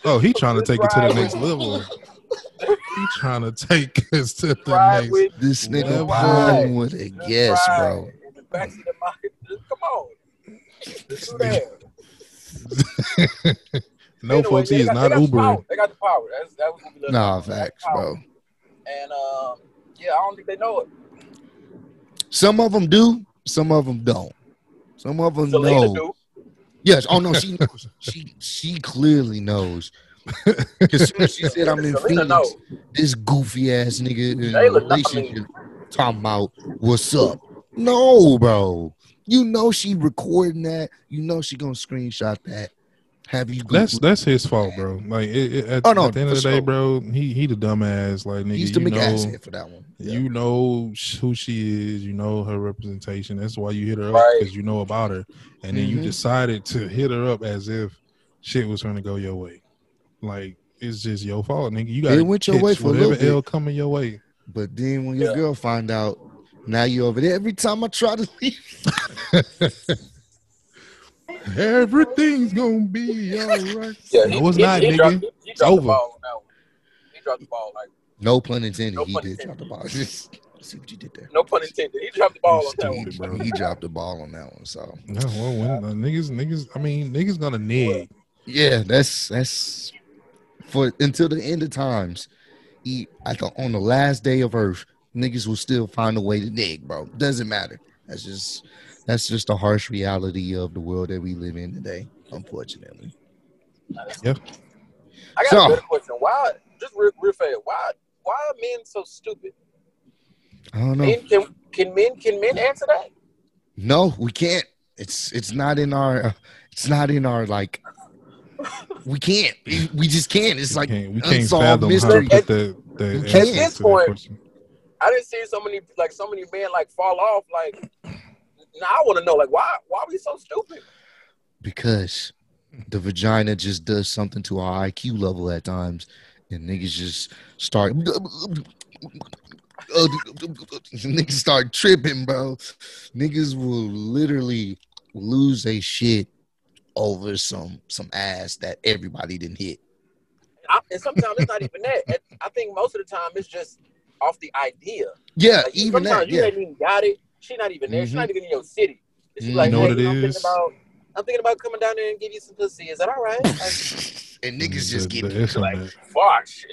[SPEAKER 3] Oh, he trying to take it to the next level. He trying to take us to the
[SPEAKER 5] Just ride
[SPEAKER 3] next.
[SPEAKER 5] with me.
[SPEAKER 4] This nigga
[SPEAKER 3] Just
[SPEAKER 4] pulling with a
[SPEAKER 5] Just
[SPEAKER 4] yes,
[SPEAKER 5] ride
[SPEAKER 4] bro.
[SPEAKER 5] In the backseat of my, just, come on. Just do that.
[SPEAKER 3] no,
[SPEAKER 5] Anyway,
[SPEAKER 3] folks,
[SPEAKER 5] they
[SPEAKER 3] he is
[SPEAKER 5] got-
[SPEAKER 3] not
[SPEAKER 5] they got the power.
[SPEAKER 3] Ubering.
[SPEAKER 5] They got the power. That's, that was what we left
[SPEAKER 4] Nah,
[SPEAKER 5] out. They got the
[SPEAKER 4] facts,
[SPEAKER 5] power.
[SPEAKER 4] bro.
[SPEAKER 5] And um, yeah, I don't think they know it.
[SPEAKER 4] Some of them do, some of them don't. Some of them
[SPEAKER 5] Selena
[SPEAKER 4] know.
[SPEAKER 5] do.
[SPEAKER 4] Yes. Oh no, she knows. she she clearly knows. 'Cause soon as she said I'm in
[SPEAKER 5] Selena
[SPEAKER 4] Phoenix,
[SPEAKER 5] know.
[SPEAKER 4] this goofy ass nigga in a
[SPEAKER 5] Jayla, I mean-
[SPEAKER 4] relationship talking about what's up. No, bro. You know she recording that. You know she gonna screenshot that. Have you?
[SPEAKER 3] That's
[SPEAKER 4] Googled-
[SPEAKER 3] that's his fault, bro. Like it, it- at,
[SPEAKER 4] Oh, no,
[SPEAKER 3] at the end of
[SPEAKER 4] for
[SPEAKER 3] the day,
[SPEAKER 4] sure.
[SPEAKER 3] bro, he he the dumbass. Like nigga,
[SPEAKER 4] he's the
[SPEAKER 3] you
[SPEAKER 4] big ass
[SPEAKER 3] know,
[SPEAKER 4] head for that one.
[SPEAKER 3] you know sh- who she is. You know her representation. That's why you hit her up
[SPEAKER 5] Right.
[SPEAKER 3] because you know about her, and then you
[SPEAKER 4] Mhm.
[SPEAKER 3] decided to hit her up as if shit was going to go your way. Like it's just your fault, nigga. You got to
[SPEAKER 4] went your way for a
[SPEAKER 3] whatever
[SPEAKER 4] little bit.
[SPEAKER 3] L coming your way.
[SPEAKER 4] But then when your
[SPEAKER 5] Yeah.
[SPEAKER 4] girl find out, now you over there. Every time I try to leave,
[SPEAKER 3] Everything's gonna be all right.
[SPEAKER 5] Yeah,
[SPEAKER 3] No, it's not, nigga.
[SPEAKER 5] Dropped, he dropped
[SPEAKER 3] over.
[SPEAKER 5] the ball on that one. He dropped the ball. Like,
[SPEAKER 4] no pun intended.
[SPEAKER 5] No
[SPEAKER 4] he
[SPEAKER 5] pun
[SPEAKER 4] did drop
[SPEAKER 5] intended.
[SPEAKER 4] the ball. Just see what you did there.
[SPEAKER 5] no pun intended. He dropped the ball on that
[SPEAKER 4] He-
[SPEAKER 5] one.
[SPEAKER 3] Stupid, bro.
[SPEAKER 4] He dropped the ball on that one. So
[SPEAKER 3] No, well, when, uh, niggas, niggas. I mean, niggas gonna neg.
[SPEAKER 4] yeah, that's that's for until the end of times. He, at the, on the last day of Earth, niggas will still find a way to dig, bro. Doesn't matter. That's just that's just the harsh reality of the world that we live in today. Unfortunately,
[SPEAKER 5] I got
[SPEAKER 4] So-
[SPEAKER 5] a better question. Why? Just real, real fast. Why? Why are men so stupid?
[SPEAKER 4] I don't know.
[SPEAKER 5] Men, can can men can men answer that?
[SPEAKER 4] No, we can't. It's it's not in our. it's not in our like. We can't. We just can't. It's
[SPEAKER 3] We
[SPEAKER 4] like
[SPEAKER 3] can't- we can't
[SPEAKER 4] unsolved
[SPEAKER 3] fathom
[SPEAKER 4] mystery.
[SPEAKER 3] how to put the, the
[SPEAKER 4] You
[SPEAKER 3] answer
[SPEAKER 4] can't.
[SPEAKER 3] to
[SPEAKER 5] At this
[SPEAKER 3] that
[SPEAKER 5] point-
[SPEAKER 3] question.
[SPEAKER 5] I didn't see so many like so many men like fall off. Like, now I want to know like why? Why are we so stupid?
[SPEAKER 4] because
[SPEAKER 5] Mm.
[SPEAKER 4] the vagina just does something to our IQ level at times, and niggas just start. uh, niggas start tripping, bro. Niggas will literally lose a shit over some some ass that everybody didn't hit.
[SPEAKER 5] I, and sometimes it's not even that. And I think most of the time it's just off the idea.
[SPEAKER 4] Yeah,
[SPEAKER 5] Like,
[SPEAKER 4] Uh, even
[SPEAKER 5] sometimes
[SPEAKER 4] that.
[SPEAKER 5] you
[SPEAKER 4] Yeah,
[SPEAKER 5] ain't even got it. She not even there. She
[SPEAKER 4] Mhm.
[SPEAKER 5] not even in your city. And She's
[SPEAKER 4] You
[SPEAKER 5] like,
[SPEAKER 3] know
[SPEAKER 5] hey,
[SPEAKER 3] what
[SPEAKER 5] you
[SPEAKER 3] it
[SPEAKER 5] know, I'm
[SPEAKER 3] is?
[SPEAKER 5] thinking about. I'm thinking about coming down there and give you some pussy. Is that all right? Like,
[SPEAKER 4] and niggas just
[SPEAKER 3] The-
[SPEAKER 4] get
[SPEAKER 3] the S on
[SPEAKER 4] like,
[SPEAKER 3] that.
[SPEAKER 5] fuck shit.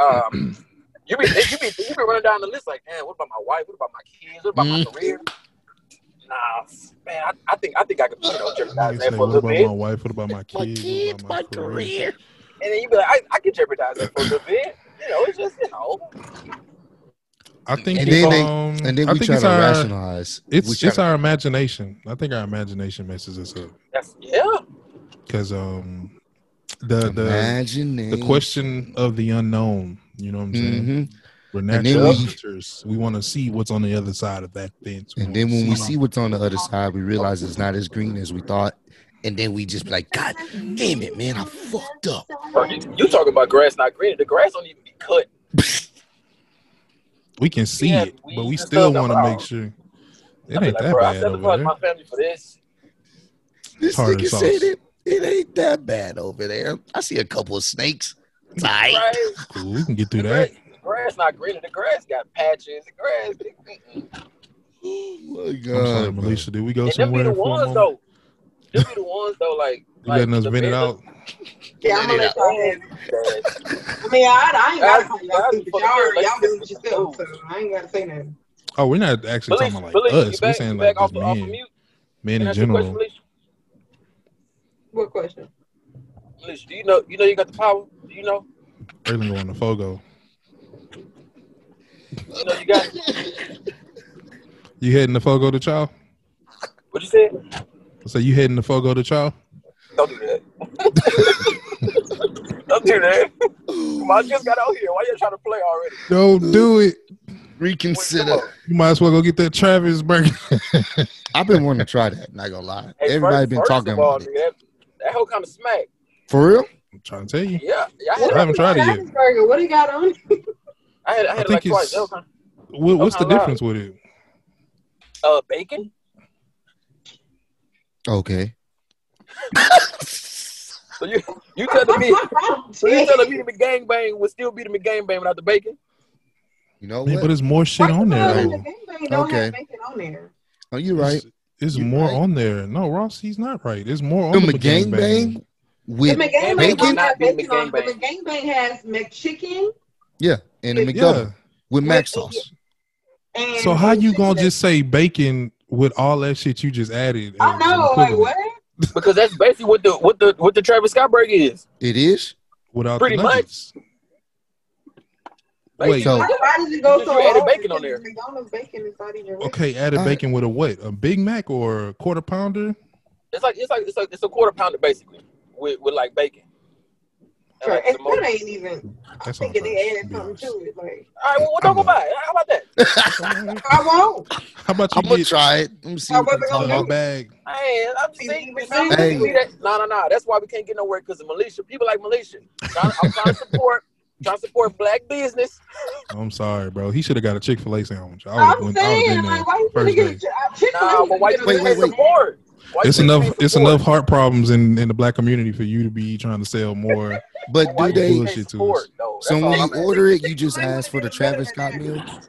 [SPEAKER 5] Um, you be you be you be running down the list like, man, what about my wife? What about my kids? What about my
[SPEAKER 3] Mm-hmm.
[SPEAKER 4] Mhm.
[SPEAKER 5] career? Nah, man, I, I think I think I could you know jeopardize
[SPEAKER 3] Niggas say,
[SPEAKER 5] that for a
[SPEAKER 3] what
[SPEAKER 5] little
[SPEAKER 3] about my
[SPEAKER 5] bit,
[SPEAKER 3] wife? What about my kids? What
[SPEAKER 4] my
[SPEAKER 3] about
[SPEAKER 4] kids, my career.
[SPEAKER 5] and then you be like, I, I could jeopardize that for a little bit. You know, it's just you know,
[SPEAKER 3] I think
[SPEAKER 4] And then they-
[SPEAKER 3] um,
[SPEAKER 4] And then
[SPEAKER 3] I
[SPEAKER 4] we
[SPEAKER 3] think
[SPEAKER 4] try
[SPEAKER 3] it's
[SPEAKER 4] to
[SPEAKER 3] our
[SPEAKER 4] rationalize. We
[SPEAKER 3] it's
[SPEAKER 4] try
[SPEAKER 3] it's
[SPEAKER 4] to-
[SPEAKER 3] our imagination. I think our imagination messes us up
[SPEAKER 5] that's yeah.
[SPEAKER 3] because um the the
[SPEAKER 4] Imagine
[SPEAKER 3] the question of the unknown. You know what I'm saying?
[SPEAKER 4] hmm
[SPEAKER 3] We're
[SPEAKER 4] then
[SPEAKER 3] natural
[SPEAKER 4] we-
[SPEAKER 3] hunters. We want to see what's on the other side of that fence.
[SPEAKER 4] And then when we
[SPEAKER 3] see-
[SPEAKER 4] see what's on the other side, we realize it's not as green as we thought. And then we just be like, God damn it, man, I fucked up.
[SPEAKER 5] Bro, you, you talking about grass not green? The grass don't even be cut.
[SPEAKER 3] we can see
[SPEAKER 5] Yeah,
[SPEAKER 3] it, but
[SPEAKER 5] we
[SPEAKER 3] we
[SPEAKER 5] just
[SPEAKER 3] still
[SPEAKER 5] don't
[SPEAKER 3] want to
[SPEAKER 5] know.
[SPEAKER 3] make sure it
[SPEAKER 5] I be
[SPEAKER 3] ain't
[SPEAKER 5] like,
[SPEAKER 3] that
[SPEAKER 5] bro, I
[SPEAKER 3] bad
[SPEAKER 5] set
[SPEAKER 3] over
[SPEAKER 5] apart
[SPEAKER 3] there.
[SPEAKER 5] my family for this.
[SPEAKER 4] This
[SPEAKER 3] Tartar
[SPEAKER 4] nigga
[SPEAKER 3] sauce.
[SPEAKER 4] said it. It ain't that bad over there. I see a couple of snakes. It's all right.
[SPEAKER 5] Right?
[SPEAKER 3] Cool, we can get through
[SPEAKER 5] The
[SPEAKER 3] that.
[SPEAKER 5] grass, the grass not green. The grass got patches. The grass. mm-mm.
[SPEAKER 4] Oh my
[SPEAKER 3] I'm sorry,
[SPEAKER 4] God, bro.
[SPEAKER 3] Melissa. Did we go
[SPEAKER 5] And them be
[SPEAKER 3] somewhere
[SPEAKER 5] the
[SPEAKER 3] for a
[SPEAKER 5] ones
[SPEAKER 3] moment?
[SPEAKER 5] though. Them be the ones though. Like,
[SPEAKER 3] You
[SPEAKER 5] like
[SPEAKER 3] letting us
[SPEAKER 5] the
[SPEAKER 3] vent it
[SPEAKER 5] bears-
[SPEAKER 3] out?
[SPEAKER 2] Yeah, I'm gonna let y'all have it.
[SPEAKER 5] Yeah.
[SPEAKER 2] I mean, I, I ain't gotta tell y'all
[SPEAKER 5] Guys,
[SPEAKER 2] stupid. Y'all,
[SPEAKER 5] guys,
[SPEAKER 2] already- y'all
[SPEAKER 5] let's
[SPEAKER 2] do it
[SPEAKER 5] get
[SPEAKER 2] yourself, so
[SPEAKER 5] some
[SPEAKER 2] I ain't gotta say nothing.
[SPEAKER 3] Oh, we're not actually
[SPEAKER 5] Felicia,
[SPEAKER 3] talking about like
[SPEAKER 5] Felicia, you
[SPEAKER 3] us. We're
[SPEAKER 5] back-
[SPEAKER 3] saying
[SPEAKER 5] you
[SPEAKER 3] like
[SPEAKER 5] back
[SPEAKER 3] just
[SPEAKER 5] off, off of
[SPEAKER 3] men,
[SPEAKER 5] mute?
[SPEAKER 3] men
[SPEAKER 5] Can I
[SPEAKER 3] in
[SPEAKER 5] ask you a question,
[SPEAKER 3] general.
[SPEAKER 5] Felicia?
[SPEAKER 2] What question?
[SPEAKER 5] Felicia, do you know you know you got the power? Do you know?
[SPEAKER 3] Erling on the Fogo.
[SPEAKER 5] You know you got it?
[SPEAKER 3] You heading the Fogo to child?
[SPEAKER 5] what you said?
[SPEAKER 3] So you heading the Fogo to child?
[SPEAKER 5] Don't do that. Don't do that. Come on, I just got out here. Why you trying to play already?
[SPEAKER 3] Don't do it.
[SPEAKER 5] Wait,
[SPEAKER 4] Reconsider.
[SPEAKER 5] come on.
[SPEAKER 3] You might as well go get that Travis burger.
[SPEAKER 4] I've been wanting to try that. Not gonna lie.
[SPEAKER 5] Hey,
[SPEAKER 4] Everybody's
[SPEAKER 5] first-
[SPEAKER 4] been
[SPEAKER 5] first
[SPEAKER 4] talking
[SPEAKER 5] of all,
[SPEAKER 4] about it.
[SPEAKER 5] nigga, That, that whole kind of smack.
[SPEAKER 4] For real?
[SPEAKER 3] I'm trying to tell you.
[SPEAKER 5] Yeah, yeah. I had,
[SPEAKER 3] I haven't tried it yet.
[SPEAKER 2] Burger, what he got on? it?
[SPEAKER 5] I had, I
[SPEAKER 3] I
[SPEAKER 5] had it
[SPEAKER 3] think
[SPEAKER 5] like twice.
[SPEAKER 3] it's-
[SPEAKER 5] That was kind
[SPEAKER 3] What, what's the
[SPEAKER 5] Don't lie.
[SPEAKER 3] difference with it?
[SPEAKER 5] of, uh, bacon.
[SPEAKER 4] Okay.
[SPEAKER 5] So you you telling me so you telling me the McGangbang would still be the McGangbang without the bacon?
[SPEAKER 4] You know
[SPEAKER 3] Man, but
[SPEAKER 4] what?
[SPEAKER 3] there's more shit
[SPEAKER 2] First of
[SPEAKER 3] on
[SPEAKER 2] all,
[SPEAKER 3] there.
[SPEAKER 2] in
[SPEAKER 3] Though.
[SPEAKER 2] the gangbang don't
[SPEAKER 4] Okay.
[SPEAKER 2] have bacon on there.
[SPEAKER 4] Are you Oh, right?
[SPEAKER 3] There's, there's
[SPEAKER 4] You
[SPEAKER 3] more
[SPEAKER 4] right.
[SPEAKER 3] on there. No, Ross, he's not right. There's more
[SPEAKER 4] The
[SPEAKER 3] on the gangbang.
[SPEAKER 4] McGangbang
[SPEAKER 2] The
[SPEAKER 4] with
[SPEAKER 2] McGangbang
[SPEAKER 4] bacon?
[SPEAKER 2] don't have
[SPEAKER 5] Not be
[SPEAKER 2] bacon on it. The
[SPEAKER 5] McGangbang.
[SPEAKER 2] McGangbang has McChicken
[SPEAKER 4] yeah, and the
[SPEAKER 3] Yeah.
[SPEAKER 4] McDouble with mac sauce.
[SPEAKER 2] and.
[SPEAKER 3] So how you
[SPEAKER 2] McChicken.
[SPEAKER 3] gonna just say bacon with all that shit you just added?
[SPEAKER 2] I
[SPEAKER 3] as
[SPEAKER 2] know, like
[SPEAKER 3] equivalent
[SPEAKER 2] what?
[SPEAKER 5] Because that's basically what the what the what the Travis Scott burger is.
[SPEAKER 4] It is.
[SPEAKER 3] Without
[SPEAKER 5] Pretty
[SPEAKER 3] the
[SPEAKER 5] much.
[SPEAKER 3] nuggets.
[SPEAKER 5] Bacon.
[SPEAKER 3] Wait.
[SPEAKER 4] So-
[SPEAKER 2] Why, why does it go
[SPEAKER 5] You
[SPEAKER 2] so
[SPEAKER 5] added
[SPEAKER 2] hard?
[SPEAKER 5] bacon on there.
[SPEAKER 2] McDonald's bacon is not even. real.
[SPEAKER 3] Okay, added
[SPEAKER 4] I-
[SPEAKER 3] bacon with a what? A Big Mac or a quarter pounder?
[SPEAKER 5] It's like it's like it's like it's a quarter pounder basically with with like bacon. And like
[SPEAKER 2] It
[SPEAKER 5] some more-
[SPEAKER 2] still ain't even. I'm
[SPEAKER 3] That's
[SPEAKER 2] thinking
[SPEAKER 3] all
[SPEAKER 2] they
[SPEAKER 3] right,
[SPEAKER 2] added
[SPEAKER 3] be
[SPEAKER 2] something
[SPEAKER 3] honest.
[SPEAKER 2] to it. Like
[SPEAKER 5] All right, well, well don't go buy it. How about that?
[SPEAKER 4] I'm
[SPEAKER 2] I won't.
[SPEAKER 3] How about you
[SPEAKER 4] gonna
[SPEAKER 3] get
[SPEAKER 4] try it. Let me see.
[SPEAKER 2] I
[SPEAKER 4] what
[SPEAKER 2] wasn't
[SPEAKER 4] they
[SPEAKER 2] gonna
[SPEAKER 3] a
[SPEAKER 4] talking
[SPEAKER 2] do
[SPEAKER 4] about.
[SPEAKER 3] bag?
[SPEAKER 5] Man, I'm just saying,
[SPEAKER 2] Hey.
[SPEAKER 5] see, see that? No, no, no. That's why we can't get nowhere because of militia. People like militia. Trying, I'm trying to support, trying to support black business.
[SPEAKER 3] I'm sorry, bro. He should have got a Chick Fil A sandwich. I
[SPEAKER 2] I'm
[SPEAKER 3] would have been, I would've
[SPEAKER 2] saying,
[SPEAKER 3] been there
[SPEAKER 2] like, why you gonna
[SPEAKER 3] first
[SPEAKER 2] get a
[SPEAKER 3] day.
[SPEAKER 2] ch- a chicken?
[SPEAKER 5] Nah, but why you
[SPEAKER 4] Wait,
[SPEAKER 5] can't
[SPEAKER 4] wait, wait.
[SPEAKER 5] support? Why you
[SPEAKER 3] It's
[SPEAKER 5] can't
[SPEAKER 3] enough.
[SPEAKER 5] support?
[SPEAKER 3] It's enough heart problems in, in the black community for you to be trying to sell more.
[SPEAKER 4] But
[SPEAKER 5] Why
[SPEAKER 4] do they?
[SPEAKER 5] you can't
[SPEAKER 3] Bullshit to us.
[SPEAKER 5] support? though? That's
[SPEAKER 4] So
[SPEAKER 5] all
[SPEAKER 4] when
[SPEAKER 5] I'm
[SPEAKER 4] you
[SPEAKER 5] asking.
[SPEAKER 4] order it, you just
[SPEAKER 2] I wanna
[SPEAKER 4] ask for the
[SPEAKER 2] do better
[SPEAKER 4] Travis
[SPEAKER 2] than
[SPEAKER 4] Scott
[SPEAKER 2] that.
[SPEAKER 4] meal.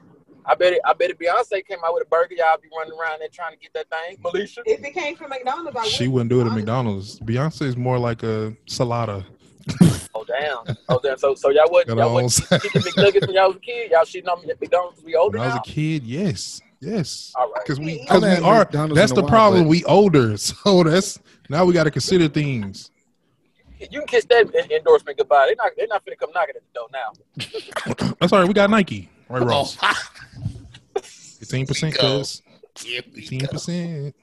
[SPEAKER 5] I bet it. I bet it. Beyonce came out with a burger. Y'all be running around there trying to get that thing. Militia.
[SPEAKER 2] If it came from McDonald's, I would.
[SPEAKER 3] she wouldn't do it at McDonald's. Beyonce is more like a salada.
[SPEAKER 5] Oh damn. Oh damn. So so y'all
[SPEAKER 3] Got
[SPEAKER 5] wasn't
[SPEAKER 3] her
[SPEAKER 5] y'all
[SPEAKER 3] own
[SPEAKER 5] wasn't
[SPEAKER 3] side.
[SPEAKER 5] eating McNuggets when y'all was a kid. Y'all shitting on McDonald's. We older
[SPEAKER 3] When I was
[SPEAKER 5] now.
[SPEAKER 3] a kid, yes, yes,
[SPEAKER 5] All right.
[SPEAKER 3] because we
[SPEAKER 2] I
[SPEAKER 3] because
[SPEAKER 4] haven't
[SPEAKER 3] we
[SPEAKER 4] had
[SPEAKER 3] are.
[SPEAKER 4] McDonald's
[SPEAKER 3] That's
[SPEAKER 4] in a
[SPEAKER 3] the
[SPEAKER 4] while,
[SPEAKER 3] problem.
[SPEAKER 4] but-
[SPEAKER 3] We older, so that's now we got to consider things.
[SPEAKER 5] You can kiss that en- endorsement goodbye. They're not. They're not finna come knocking at the door now.
[SPEAKER 3] That's all right. We got Nike, right,
[SPEAKER 4] Oh,
[SPEAKER 3] Ross? Fifteen percent,
[SPEAKER 4] Here we go.
[SPEAKER 3] cuz
[SPEAKER 4] here we
[SPEAKER 3] fifteen
[SPEAKER 4] go.
[SPEAKER 3] percent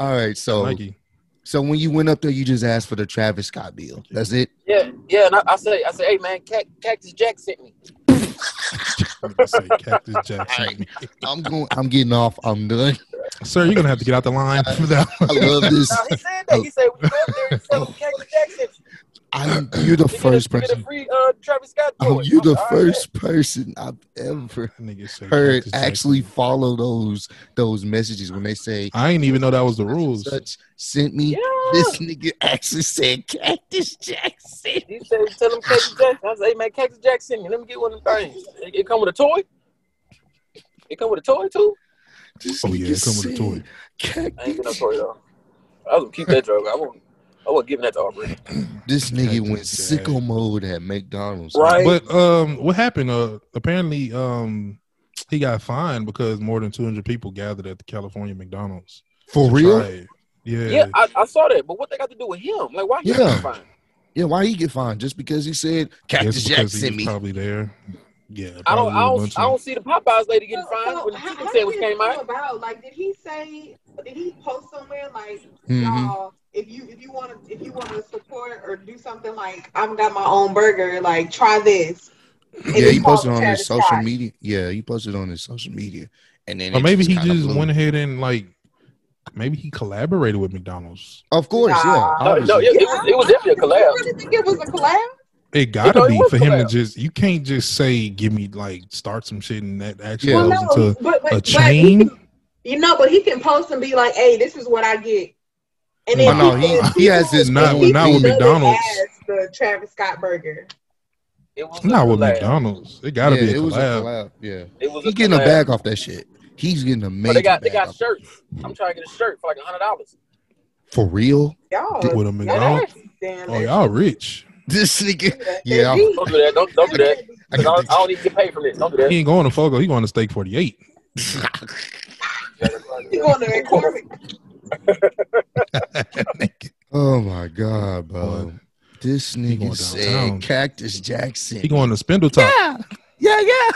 [SPEAKER 4] All right. So
[SPEAKER 3] Nike.
[SPEAKER 4] so when you went up there, you just asked for the Travis Scott meal. That's it.
[SPEAKER 5] Yeah, yeah. And I, I say, I say, hey man, Cac- Cactus Jack sent me.
[SPEAKER 3] I'm gonna say Cactus Jack.
[SPEAKER 4] All right. I'm going. I'm getting off. I'm done.
[SPEAKER 3] Sir, you're gonna have to get out the line for that
[SPEAKER 4] I
[SPEAKER 3] one.
[SPEAKER 4] love this.
[SPEAKER 5] Now he said that. He said, we go up there and tell him Cactus Jack sent you.
[SPEAKER 4] I'm, you're the
[SPEAKER 5] You get a-
[SPEAKER 4] first
[SPEAKER 5] you get a
[SPEAKER 4] person.
[SPEAKER 5] free uh, Travis Scott
[SPEAKER 4] Oh,
[SPEAKER 5] toy.
[SPEAKER 4] you're the
[SPEAKER 5] All right.
[SPEAKER 4] first person I've ever
[SPEAKER 3] That nigga said
[SPEAKER 4] heard
[SPEAKER 3] Cactus Jack.
[SPEAKER 4] actually follow those those messages when they say
[SPEAKER 3] I didn't even know that was the rules.
[SPEAKER 4] such sent me.
[SPEAKER 5] Yeah.
[SPEAKER 4] This nigga actually said Cactus Jackson.
[SPEAKER 5] He said, tell him Cactus Jack. I said, hey man, Cactus Jack sent me. Let me get one of them things. It, it come with a toy. It come with a toy too.
[SPEAKER 4] This
[SPEAKER 3] Oh yeah,
[SPEAKER 4] nigga
[SPEAKER 3] it come with a toy.
[SPEAKER 4] said
[SPEAKER 5] I ain't get no
[SPEAKER 4] Cactus.
[SPEAKER 5] toy though. I was gonna keep that drug. I won't. I wasn't giving that to Aubrey.
[SPEAKER 4] This nigga went
[SPEAKER 3] Cactus
[SPEAKER 4] sicko mode at McDonald's.
[SPEAKER 5] Right.
[SPEAKER 3] But um, what happened? Uh, apparently, um, he got fined because more than 200 people gathered at the California McDonald's.
[SPEAKER 4] For
[SPEAKER 3] to
[SPEAKER 4] real?
[SPEAKER 3] try it. Yeah.
[SPEAKER 5] Yeah, I, I saw that. But what they got to do with him? Like, why he
[SPEAKER 4] Yeah.
[SPEAKER 5] fine?
[SPEAKER 4] Yeah, why he get fined? Just because he said
[SPEAKER 3] I guess because
[SPEAKER 4] Cactus Jack
[SPEAKER 3] he
[SPEAKER 4] sent
[SPEAKER 3] was
[SPEAKER 4] me.
[SPEAKER 3] probably there. Yeah,
[SPEAKER 5] I
[SPEAKER 3] probably
[SPEAKER 5] don't, I
[SPEAKER 3] a
[SPEAKER 5] don't,
[SPEAKER 3] bunch
[SPEAKER 5] I
[SPEAKER 3] of-
[SPEAKER 5] don't see the Popeyes lady getting
[SPEAKER 2] So-
[SPEAKER 5] fined
[SPEAKER 2] so
[SPEAKER 5] when the
[SPEAKER 2] how-
[SPEAKER 5] chicken
[SPEAKER 2] how
[SPEAKER 5] sandwich
[SPEAKER 2] did it
[SPEAKER 5] came
[SPEAKER 2] come
[SPEAKER 5] out.
[SPEAKER 2] About like, did he say? Did he post somewhere like,
[SPEAKER 4] Mhm.
[SPEAKER 2] y'all, if you if you want to if you want to support or do something like, I've got my own burger, like try this. And
[SPEAKER 4] Yeah,
[SPEAKER 2] it's
[SPEAKER 4] he posted
[SPEAKER 2] called
[SPEAKER 4] on his
[SPEAKER 2] Travis
[SPEAKER 4] social
[SPEAKER 2] Scott.
[SPEAKER 4] media. Yeah, he posted on his social media, and then
[SPEAKER 3] Or
[SPEAKER 4] it
[SPEAKER 3] maybe he
[SPEAKER 4] kinda
[SPEAKER 3] just
[SPEAKER 4] blew.
[SPEAKER 3] went ahead and like maybe he collaborated with McDonald's.
[SPEAKER 4] Of course, yeah.
[SPEAKER 2] Nah.
[SPEAKER 5] No, no,
[SPEAKER 4] obviously.
[SPEAKER 5] it, it was, it was definitely a
[SPEAKER 2] You
[SPEAKER 5] collab.
[SPEAKER 2] really think it was a collab?
[SPEAKER 3] It gotta
[SPEAKER 5] know, it
[SPEAKER 3] be
[SPEAKER 5] was
[SPEAKER 3] for him to
[SPEAKER 5] collab.
[SPEAKER 3] just you can't just say give me like start some shit and that actually
[SPEAKER 4] Yeah.
[SPEAKER 3] goes
[SPEAKER 2] well, no,
[SPEAKER 3] into
[SPEAKER 2] but, but,
[SPEAKER 3] a
[SPEAKER 2] but
[SPEAKER 3] chain.
[SPEAKER 2] He can, you know, but he can post and be like, "Hey, this is what I get." And
[SPEAKER 3] But
[SPEAKER 4] no,
[SPEAKER 2] people-
[SPEAKER 4] he- he has his
[SPEAKER 2] people-
[SPEAKER 4] own
[SPEAKER 2] people
[SPEAKER 4] not with
[SPEAKER 2] should have
[SPEAKER 3] McDonald's.
[SPEAKER 2] asked The Travis Scott burger.
[SPEAKER 5] It was a
[SPEAKER 3] Not with
[SPEAKER 5] collab.
[SPEAKER 3] McDonald's. It gotta
[SPEAKER 4] yeah,
[SPEAKER 3] be a
[SPEAKER 4] it was a
[SPEAKER 3] collab.
[SPEAKER 4] collab. Yeah,
[SPEAKER 5] It was
[SPEAKER 4] he's getting a
[SPEAKER 5] collab.
[SPEAKER 4] bag off that shit. He's getting a
[SPEAKER 5] But
[SPEAKER 4] major
[SPEAKER 5] they got they
[SPEAKER 4] bag
[SPEAKER 5] got
[SPEAKER 4] off-
[SPEAKER 5] shirts. I'm trying to get a shirt for like hundred dollars.
[SPEAKER 4] for real.
[SPEAKER 2] Y'all,
[SPEAKER 3] With a McDonald's.
[SPEAKER 2] damn,
[SPEAKER 3] Oh, y'all rich.
[SPEAKER 4] This nigga,
[SPEAKER 2] that's-
[SPEAKER 4] yeah, I'm-
[SPEAKER 5] Don't do that. Don't don't do that.
[SPEAKER 4] I
[SPEAKER 5] I don't,
[SPEAKER 4] got
[SPEAKER 5] I don't even get paid for this. Don't do
[SPEAKER 3] He
[SPEAKER 5] that.
[SPEAKER 3] ain't going to Fogo. He going to Steak Forty Eight.
[SPEAKER 2] You going to McCormick?
[SPEAKER 4] Oh my god, bro!
[SPEAKER 3] Boy.
[SPEAKER 4] This
[SPEAKER 3] going
[SPEAKER 4] nigga
[SPEAKER 3] downtown.
[SPEAKER 4] said Cactus Jackson.
[SPEAKER 3] He going to Spindletop.
[SPEAKER 4] yeah, yeah, yeah.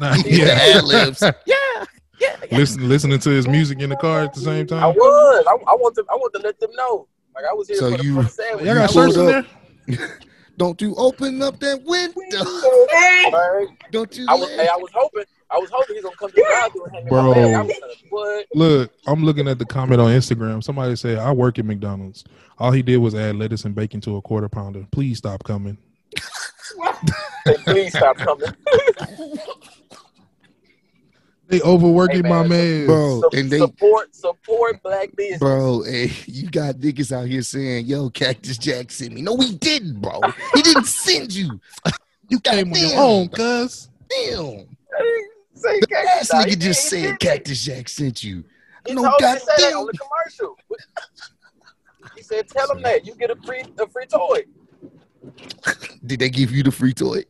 [SPEAKER 3] Nah,
[SPEAKER 4] He the ad-libs. yeah.
[SPEAKER 3] Listen, listening to his music in the car at the same
[SPEAKER 5] I
[SPEAKER 3] time.
[SPEAKER 5] was. I, I want to. I want to let them know. Like I was here
[SPEAKER 4] So
[SPEAKER 5] for, the,
[SPEAKER 4] you-
[SPEAKER 5] for the
[SPEAKER 3] Y'all
[SPEAKER 5] sandwich.
[SPEAKER 3] got
[SPEAKER 4] pulled
[SPEAKER 3] shirts in there.
[SPEAKER 4] up. Don't you open up that window?
[SPEAKER 2] Hey,
[SPEAKER 5] Alright.
[SPEAKER 4] Don't you?
[SPEAKER 5] I was. Hey,
[SPEAKER 4] let-
[SPEAKER 5] I was hoping. I was hoping he's gonna come to the drive-thru and hand me
[SPEAKER 3] Bro.
[SPEAKER 5] my bag. I was like, what?
[SPEAKER 3] Look, I'm looking at the comment on Instagram. Somebody said, "I work at McDonald's. All he did was add lettuce and bacon to a quarter pounder. Please stop coming."
[SPEAKER 5] Hey, please stop coming.
[SPEAKER 3] They overworking
[SPEAKER 5] Hey,
[SPEAKER 3] my
[SPEAKER 5] man.
[SPEAKER 3] man,
[SPEAKER 4] Bro.
[SPEAKER 5] Su-
[SPEAKER 4] and they-
[SPEAKER 5] support support black business.
[SPEAKER 4] Bro, hey, you got niggas out here saying, "Yo, Cactus Jack sent me." No, he didn't, bro. He didn't send you. You
[SPEAKER 3] Came
[SPEAKER 4] came
[SPEAKER 3] on your own, cuz.
[SPEAKER 4] Damn,
[SPEAKER 5] Say
[SPEAKER 4] the
[SPEAKER 5] Cactus
[SPEAKER 4] ass
[SPEAKER 5] Jack. He
[SPEAKER 4] nigga just
[SPEAKER 5] did- he
[SPEAKER 4] said
[SPEAKER 5] did.
[SPEAKER 4] Cactus Jack sent you.
[SPEAKER 5] He
[SPEAKER 4] No,
[SPEAKER 5] told you to say that
[SPEAKER 4] goddamn.
[SPEAKER 5] on the commercial. He said, "Tell him that you get a free a free toy."
[SPEAKER 4] Did they give you the free toy?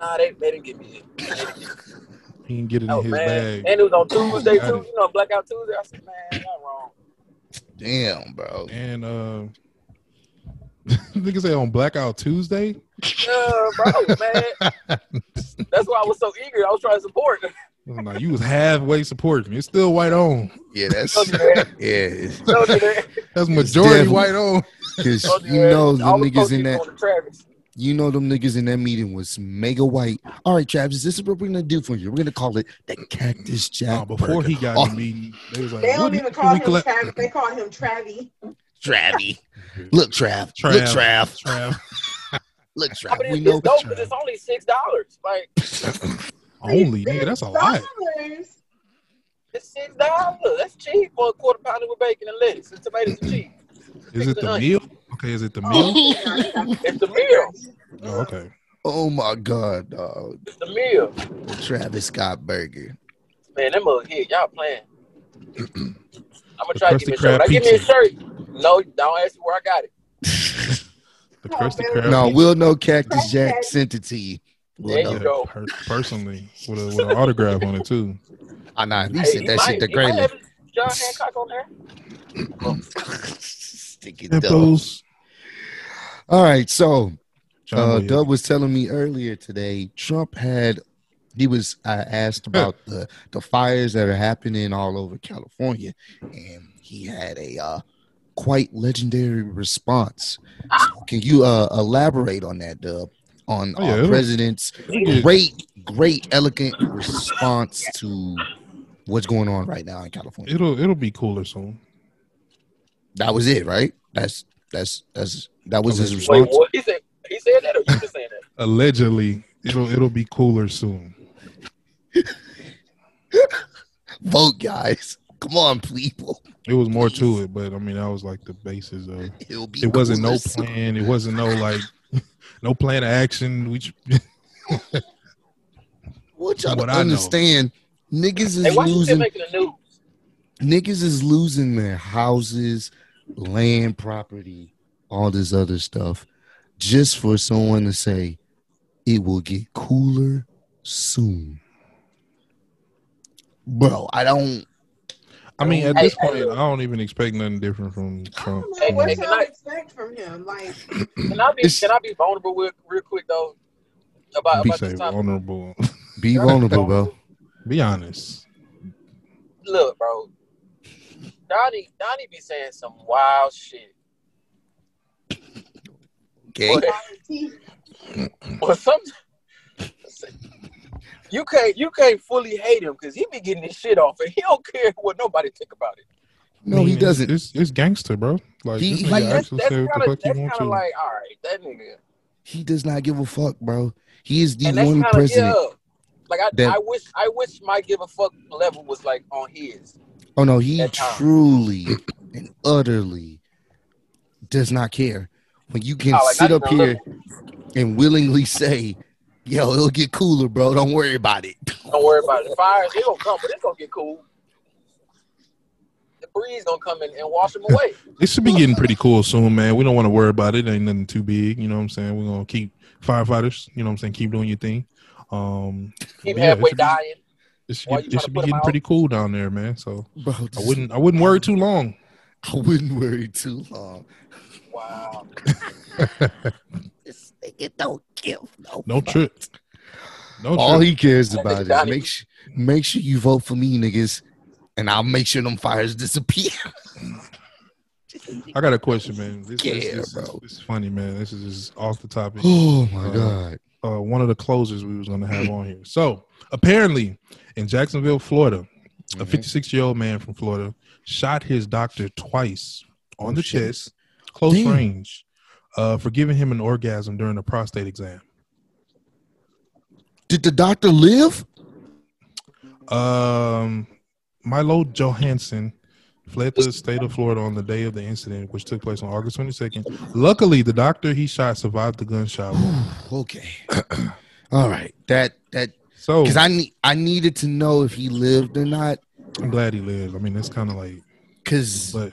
[SPEAKER 5] Nah, they, they didn't give me it. They didn't give me it.
[SPEAKER 3] He can get it in
[SPEAKER 5] Oh
[SPEAKER 3] his
[SPEAKER 5] man,
[SPEAKER 3] bag.
[SPEAKER 5] and it was on Tuesday
[SPEAKER 3] Got
[SPEAKER 5] too. You know, Blackout Tuesday. I said, "Man, y'all wrong."
[SPEAKER 4] Damn, bro.
[SPEAKER 3] And uh, niggas say on Blackout Tuesday.
[SPEAKER 5] Yeah, bro, man. That's why I was so eager. I was trying to support.
[SPEAKER 3] No, you was halfway supporting. It's still white on.
[SPEAKER 4] Yeah, that's
[SPEAKER 5] Told you that.
[SPEAKER 4] yeah.
[SPEAKER 5] Told you that.
[SPEAKER 3] That's
[SPEAKER 4] It's
[SPEAKER 3] majority
[SPEAKER 4] devil.
[SPEAKER 3] white on.
[SPEAKER 4] Because
[SPEAKER 5] Told
[SPEAKER 4] you
[SPEAKER 5] that.
[SPEAKER 4] know the
[SPEAKER 5] All the
[SPEAKER 4] niggas in that.
[SPEAKER 5] on the Travis.
[SPEAKER 4] You know them niggas in that meeting was mega white. All right, Travis, this is what we're gonna do for you. We're gonna call it the Cactus Jack.
[SPEAKER 3] Nah, before
[SPEAKER 4] Burger.
[SPEAKER 3] he got
[SPEAKER 4] Oh.
[SPEAKER 3] in the meeting, they was like,
[SPEAKER 2] they
[SPEAKER 3] "What
[SPEAKER 2] don't
[SPEAKER 3] do-
[SPEAKER 2] even
[SPEAKER 3] do
[SPEAKER 2] call
[SPEAKER 3] we
[SPEAKER 2] him
[SPEAKER 3] collect-
[SPEAKER 2] Travis. They call him Travi.
[SPEAKER 4] Travy. Look, Trav.
[SPEAKER 3] Trav.
[SPEAKER 4] Look, Trav.
[SPEAKER 3] Trav.
[SPEAKER 4] Look,
[SPEAKER 5] I
[SPEAKER 4] Trav.
[SPEAKER 5] mean,
[SPEAKER 4] We
[SPEAKER 5] it's,
[SPEAKER 4] know
[SPEAKER 5] it's dope because
[SPEAKER 3] Trav.
[SPEAKER 5] it's only six dollars. Like
[SPEAKER 3] Only nigga, that's a lot.
[SPEAKER 2] Dollars.
[SPEAKER 5] it's six dollars. That's cheap for a quarter pounder with bacon and lettuce and tomatoes and cheese.
[SPEAKER 3] Is it the meal? Okay, is it the meal?
[SPEAKER 2] Oh, yeah.
[SPEAKER 5] It's the meal.
[SPEAKER 3] Oh, okay.
[SPEAKER 4] Oh my God, dog.
[SPEAKER 5] It's the meal.
[SPEAKER 4] The Travis Scott burger.
[SPEAKER 5] Man, that mug hit. Y'all playing. I'm
[SPEAKER 3] The
[SPEAKER 5] gonna try to give
[SPEAKER 3] Krusty
[SPEAKER 5] me a shirt.
[SPEAKER 3] Krab
[SPEAKER 5] When I give me a
[SPEAKER 3] pizza.
[SPEAKER 5] shirt. No, don't ask me where I got it.
[SPEAKER 3] The Krusty
[SPEAKER 2] Oh,
[SPEAKER 3] Krab.
[SPEAKER 2] man.
[SPEAKER 4] No,
[SPEAKER 3] pizza.
[SPEAKER 4] we'll know Cactus Jack sent it to you.
[SPEAKER 5] There
[SPEAKER 4] We'll
[SPEAKER 5] you
[SPEAKER 4] know.
[SPEAKER 5] go.
[SPEAKER 3] per- personally with, a, with an autograph on it too.
[SPEAKER 4] I know. He
[SPEAKER 5] Hey,
[SPEAKER 4] sent
[SPEAKER 5] he
[SPEAKER 4] that
[SPEAKER 5] might,
[SPEAKER 4] shit to
[SPEAKER 5] he might
[SPEAKER 4] Graylin.
[SPEAKER 5] have his John Hancock on there.
[SPEAKER 3] Oh.
[SPEAKER 4] Stick it though. All right, so
[SPEAKER 3] John
[SPEAKER 4] Uh,
[SPEAKER 3] Williams.
[SPEAKER 4] Doug was telling me earlier today, Trump had he was I asked about the the fires that are happening all over California, and he had a uh, quite legendary response. So can you uh, elaborate on that, Doug? On
[SPEAKER 3] Oh, yeah.
[SPEAKER 4] our president's
[SPEAKER 3] Yeah.
[SPEAKER 4] great, great, elegant response to what's going on right now in California.
[SPEAKER 3] It'll it'll be cooler soon.
[SPEAKER 4] That was it, right? That's that's that's that was his
[SPEAKER 5] Wait,
[SPEAKER 4] response.
[SPEAKER 5] what? He said he said that, or you just saying that?
[SPEAKER 3] Allegedly, it'll it'll be cooler soon.
[SPEAKER 4] Vote, guys! Come on, people!
[SPEAKER 3] It was more to it, but I mean that was like the basis of.
[SPEAKER 4] It'll be
[SPEAKER 3] It wasn't no
[SPEAKER 4] cooler soon.
[SPEAKER 3] plan. It wasn't no like no plan of action. We ju-
[SPEAKER 4] What y'all
[SPEAKER 3] From what
[SPEAKER 4] don't
[SPEAKER 3] I know.
[SPEAKER 4] understand? Niggas is
[SPEAKER 5] Hey, why you still
[SPEAKER 4] losing.
[SPEAKER 5] making the news?
[SPEAKER 4] niggas is losing their houses, land, property, all this other stuff, just for someone to say it will get cooler soon. Bro, I don't.
[SPEAKER 3] I mean at
[SPEAKER 5] Hey,
[SPEAKER 3] this
[SPEAKER 5] hey,
[SPEAKER 3] point, I don't even expect nothing different from
[SPEAKER 2] I
[SPEAKER 3] Trump.
[SPEAKER 2] don't know
[SPEAKER 5] Hey,
[SPEAKER 2] what
[SPEAKER 5] hey,
[SPEAKER 2] y'all
[SPEAKER 5] like-
[SPEAKER 2] expect from him. Like,
[SPEAKER 5] Can I be
[SPEAKER 4] It's-
[SPEAKER 5] can I be vulnerable real, real quick though? about,
[SPEAKER 3] be
[SPEAKER 5] about
[SPEAKER 3] safe,
[SPEAKER 5] this time.
[SPEAKER 3] vulnerable.
[SPEAKER 4] Be
[SPEAKER 5] Y'all
[SPEAKER 4] vulnerable,
[SPEAKER 5] don't-
[SPEAKER 4] bro.
[SPEAKER 3] be honest.
[SPEAKER 5] Look, bro. Donnie, Donnie be saying some wild shit.
[SPEAKER 4] Okay.
[SPEAKER 5] Well, some you can't you can't fully hate him because he be getting his shit off and he don't care what nobody think about it.
[SPEAKER 4] No, he
[SPEAKER 3] it's-
[SPEAKER 4] doesn't.
[SPEAKER 3] It's, it's gangster, bro. Like,
[SPEAKER 4] He-
[SPEAKER 3] this nigga
[SPEAKER 4] like,
[SPEAKER 5] Like that's
[SPEAKER 3] actually
[SPEAKER 5] that's
[SPEAKER 3] say
[SPEAKER 5] kind
[SPEAKER 3] what
[SPEAKER 5] of
[SPEAKER 3] the fuck
[SPEAKER 5] that's
[SPEAKER 3] he
[SPEAKER 5] kind
[SPEAKER 3] want
[SPEAKER 5] of
[SPEAKER 3] to.
[SPEAKER 5] like all right that nigga
[SPEAKER 4] He does not give a fuck, bro. He is the
[SPEAKER 5] and that's
[SPEAKER 4] one
[SPEAKER 5] kind of yeah.
[SPEAKER 4] president.
[SPEAKER 5] Like I,
[SPEAKER 4] that-
[SPEAKER 5] I wish I wish my give a fuck level was like on his.
[SPEAKER 4] Oh no, he
[SPEAKER 5] That time.
[SPEAKER 4] truly and utterly does not care. When you can
[SPEAKER 5] Oh, like,
[SPEAKER 4] sit
[SPEAKER 5] I
[SPEAKER 4] up
[SPEAKER 5] just don't
[SPEAKER 4] here and willingly say, "Yo, it'll get cooler, bro. Don't worry about it."
[SPEAKER 5] Don't worry about it. The fires they gonna come, but it's gonna get cool. The breeze gonna come in and wash them away.
[SPEAKER 3] It should be getting pretty cool soon, man. We don't want to worry about it. Ain't nothing too big. You know what I'm saying? We're gonna keep firefighters. You know what I'm saying? Keep doing your thing. Um,
[SPEAKER 5] Keep
[SPEAKER 3] Yeah,
[SPEAKER 5] halfway
[SPEAKER 3] it should be-
[SPEAKER 5] dying.
[SPEAKER 3] it should,
[SPEAKER 5] Why
[SPEAKER 3] get-
[SPEAKER 5] you
[SPEAKER 3] it
[SPEAKER 5] tryna
[SPEAKER 3] should
[SPEAKER 5] put
[SPEAKER 3] be
[SPEAKER 5] 'em
[SPEAKER 3] getting
[SPEAKER 5] out?
[SPEAKER 3] pretty cool down there, man. So
[SPEAKER 4] Bro,
[SPEAKER 3] I
[SPEAKER 4] this-
[SPEAKER 3] wouldn't I wouldn't worry too long.
[SPEAKER 4] I wouldn't worry too long.
[SPEAKER 5] Wow.
[SPEAKER 4] This nigga don't give no.
[SPEAKER 3] No trip. No
[SPEAKER 4] All
[SPEAKER 3] trip.
[SPEAKER 4] he cares
[SPEAKER 5] That
[SPEAKER 4] about
[SPEAKER 5] nigga
[SPEAKER 4] is
[SPEAKER 5] Donnie.
[SPEAKER 4] make sure make sure you vote for me, niggas, and I'll make sure them fires disappear.
[SPEAKER 3] I got a question, man. This, this-
[SPEAKER 4] Yeah,
[SPEAKER 3] this,
[SPEAKER 4] bro.
[SPEAKER 3] This is funny, man. This is just off the topic.
[SPEAKER 4] oh my
[SPEAKER 3] Uh,
[SPEAKER 4] god.
[SPEAKER 3] uh, one of the closers we was gonna have on here. So apparently, in Jacksonville, Florida, a
[SPEAKER 4] Mhm.
[SPEAKER 3] 56 year old man from Florida shot his doctor twice on
[SPEAKER 4] Oh,
[SPEAKER 3] the
[SPEAKER 4] shit.
[SPEAKER 3] chest, close
[SPEAKER 4] Damn.
[SPEAKER 3] range, uh, for giving him an orgasm during a prostate exam.
[SPEAKER 4] Did the doctor live?
[SPEAKER 3] Um, Milo Johansson fled the state of Florida on the day of the incident, which took place on August 22nd. Luckily, the doctor he shot survived the gunshot wound.
[SPEAKER 4] okay. All right. That that
[SPEAKER 3] So
[SPEAKER 4] because I need I needed to know if he lived or not.
[SPEAKER 3] I'm glad he lived. I mean, that's kind of like,
[SPEAKER 4] Cause
[SPEAKER 3] but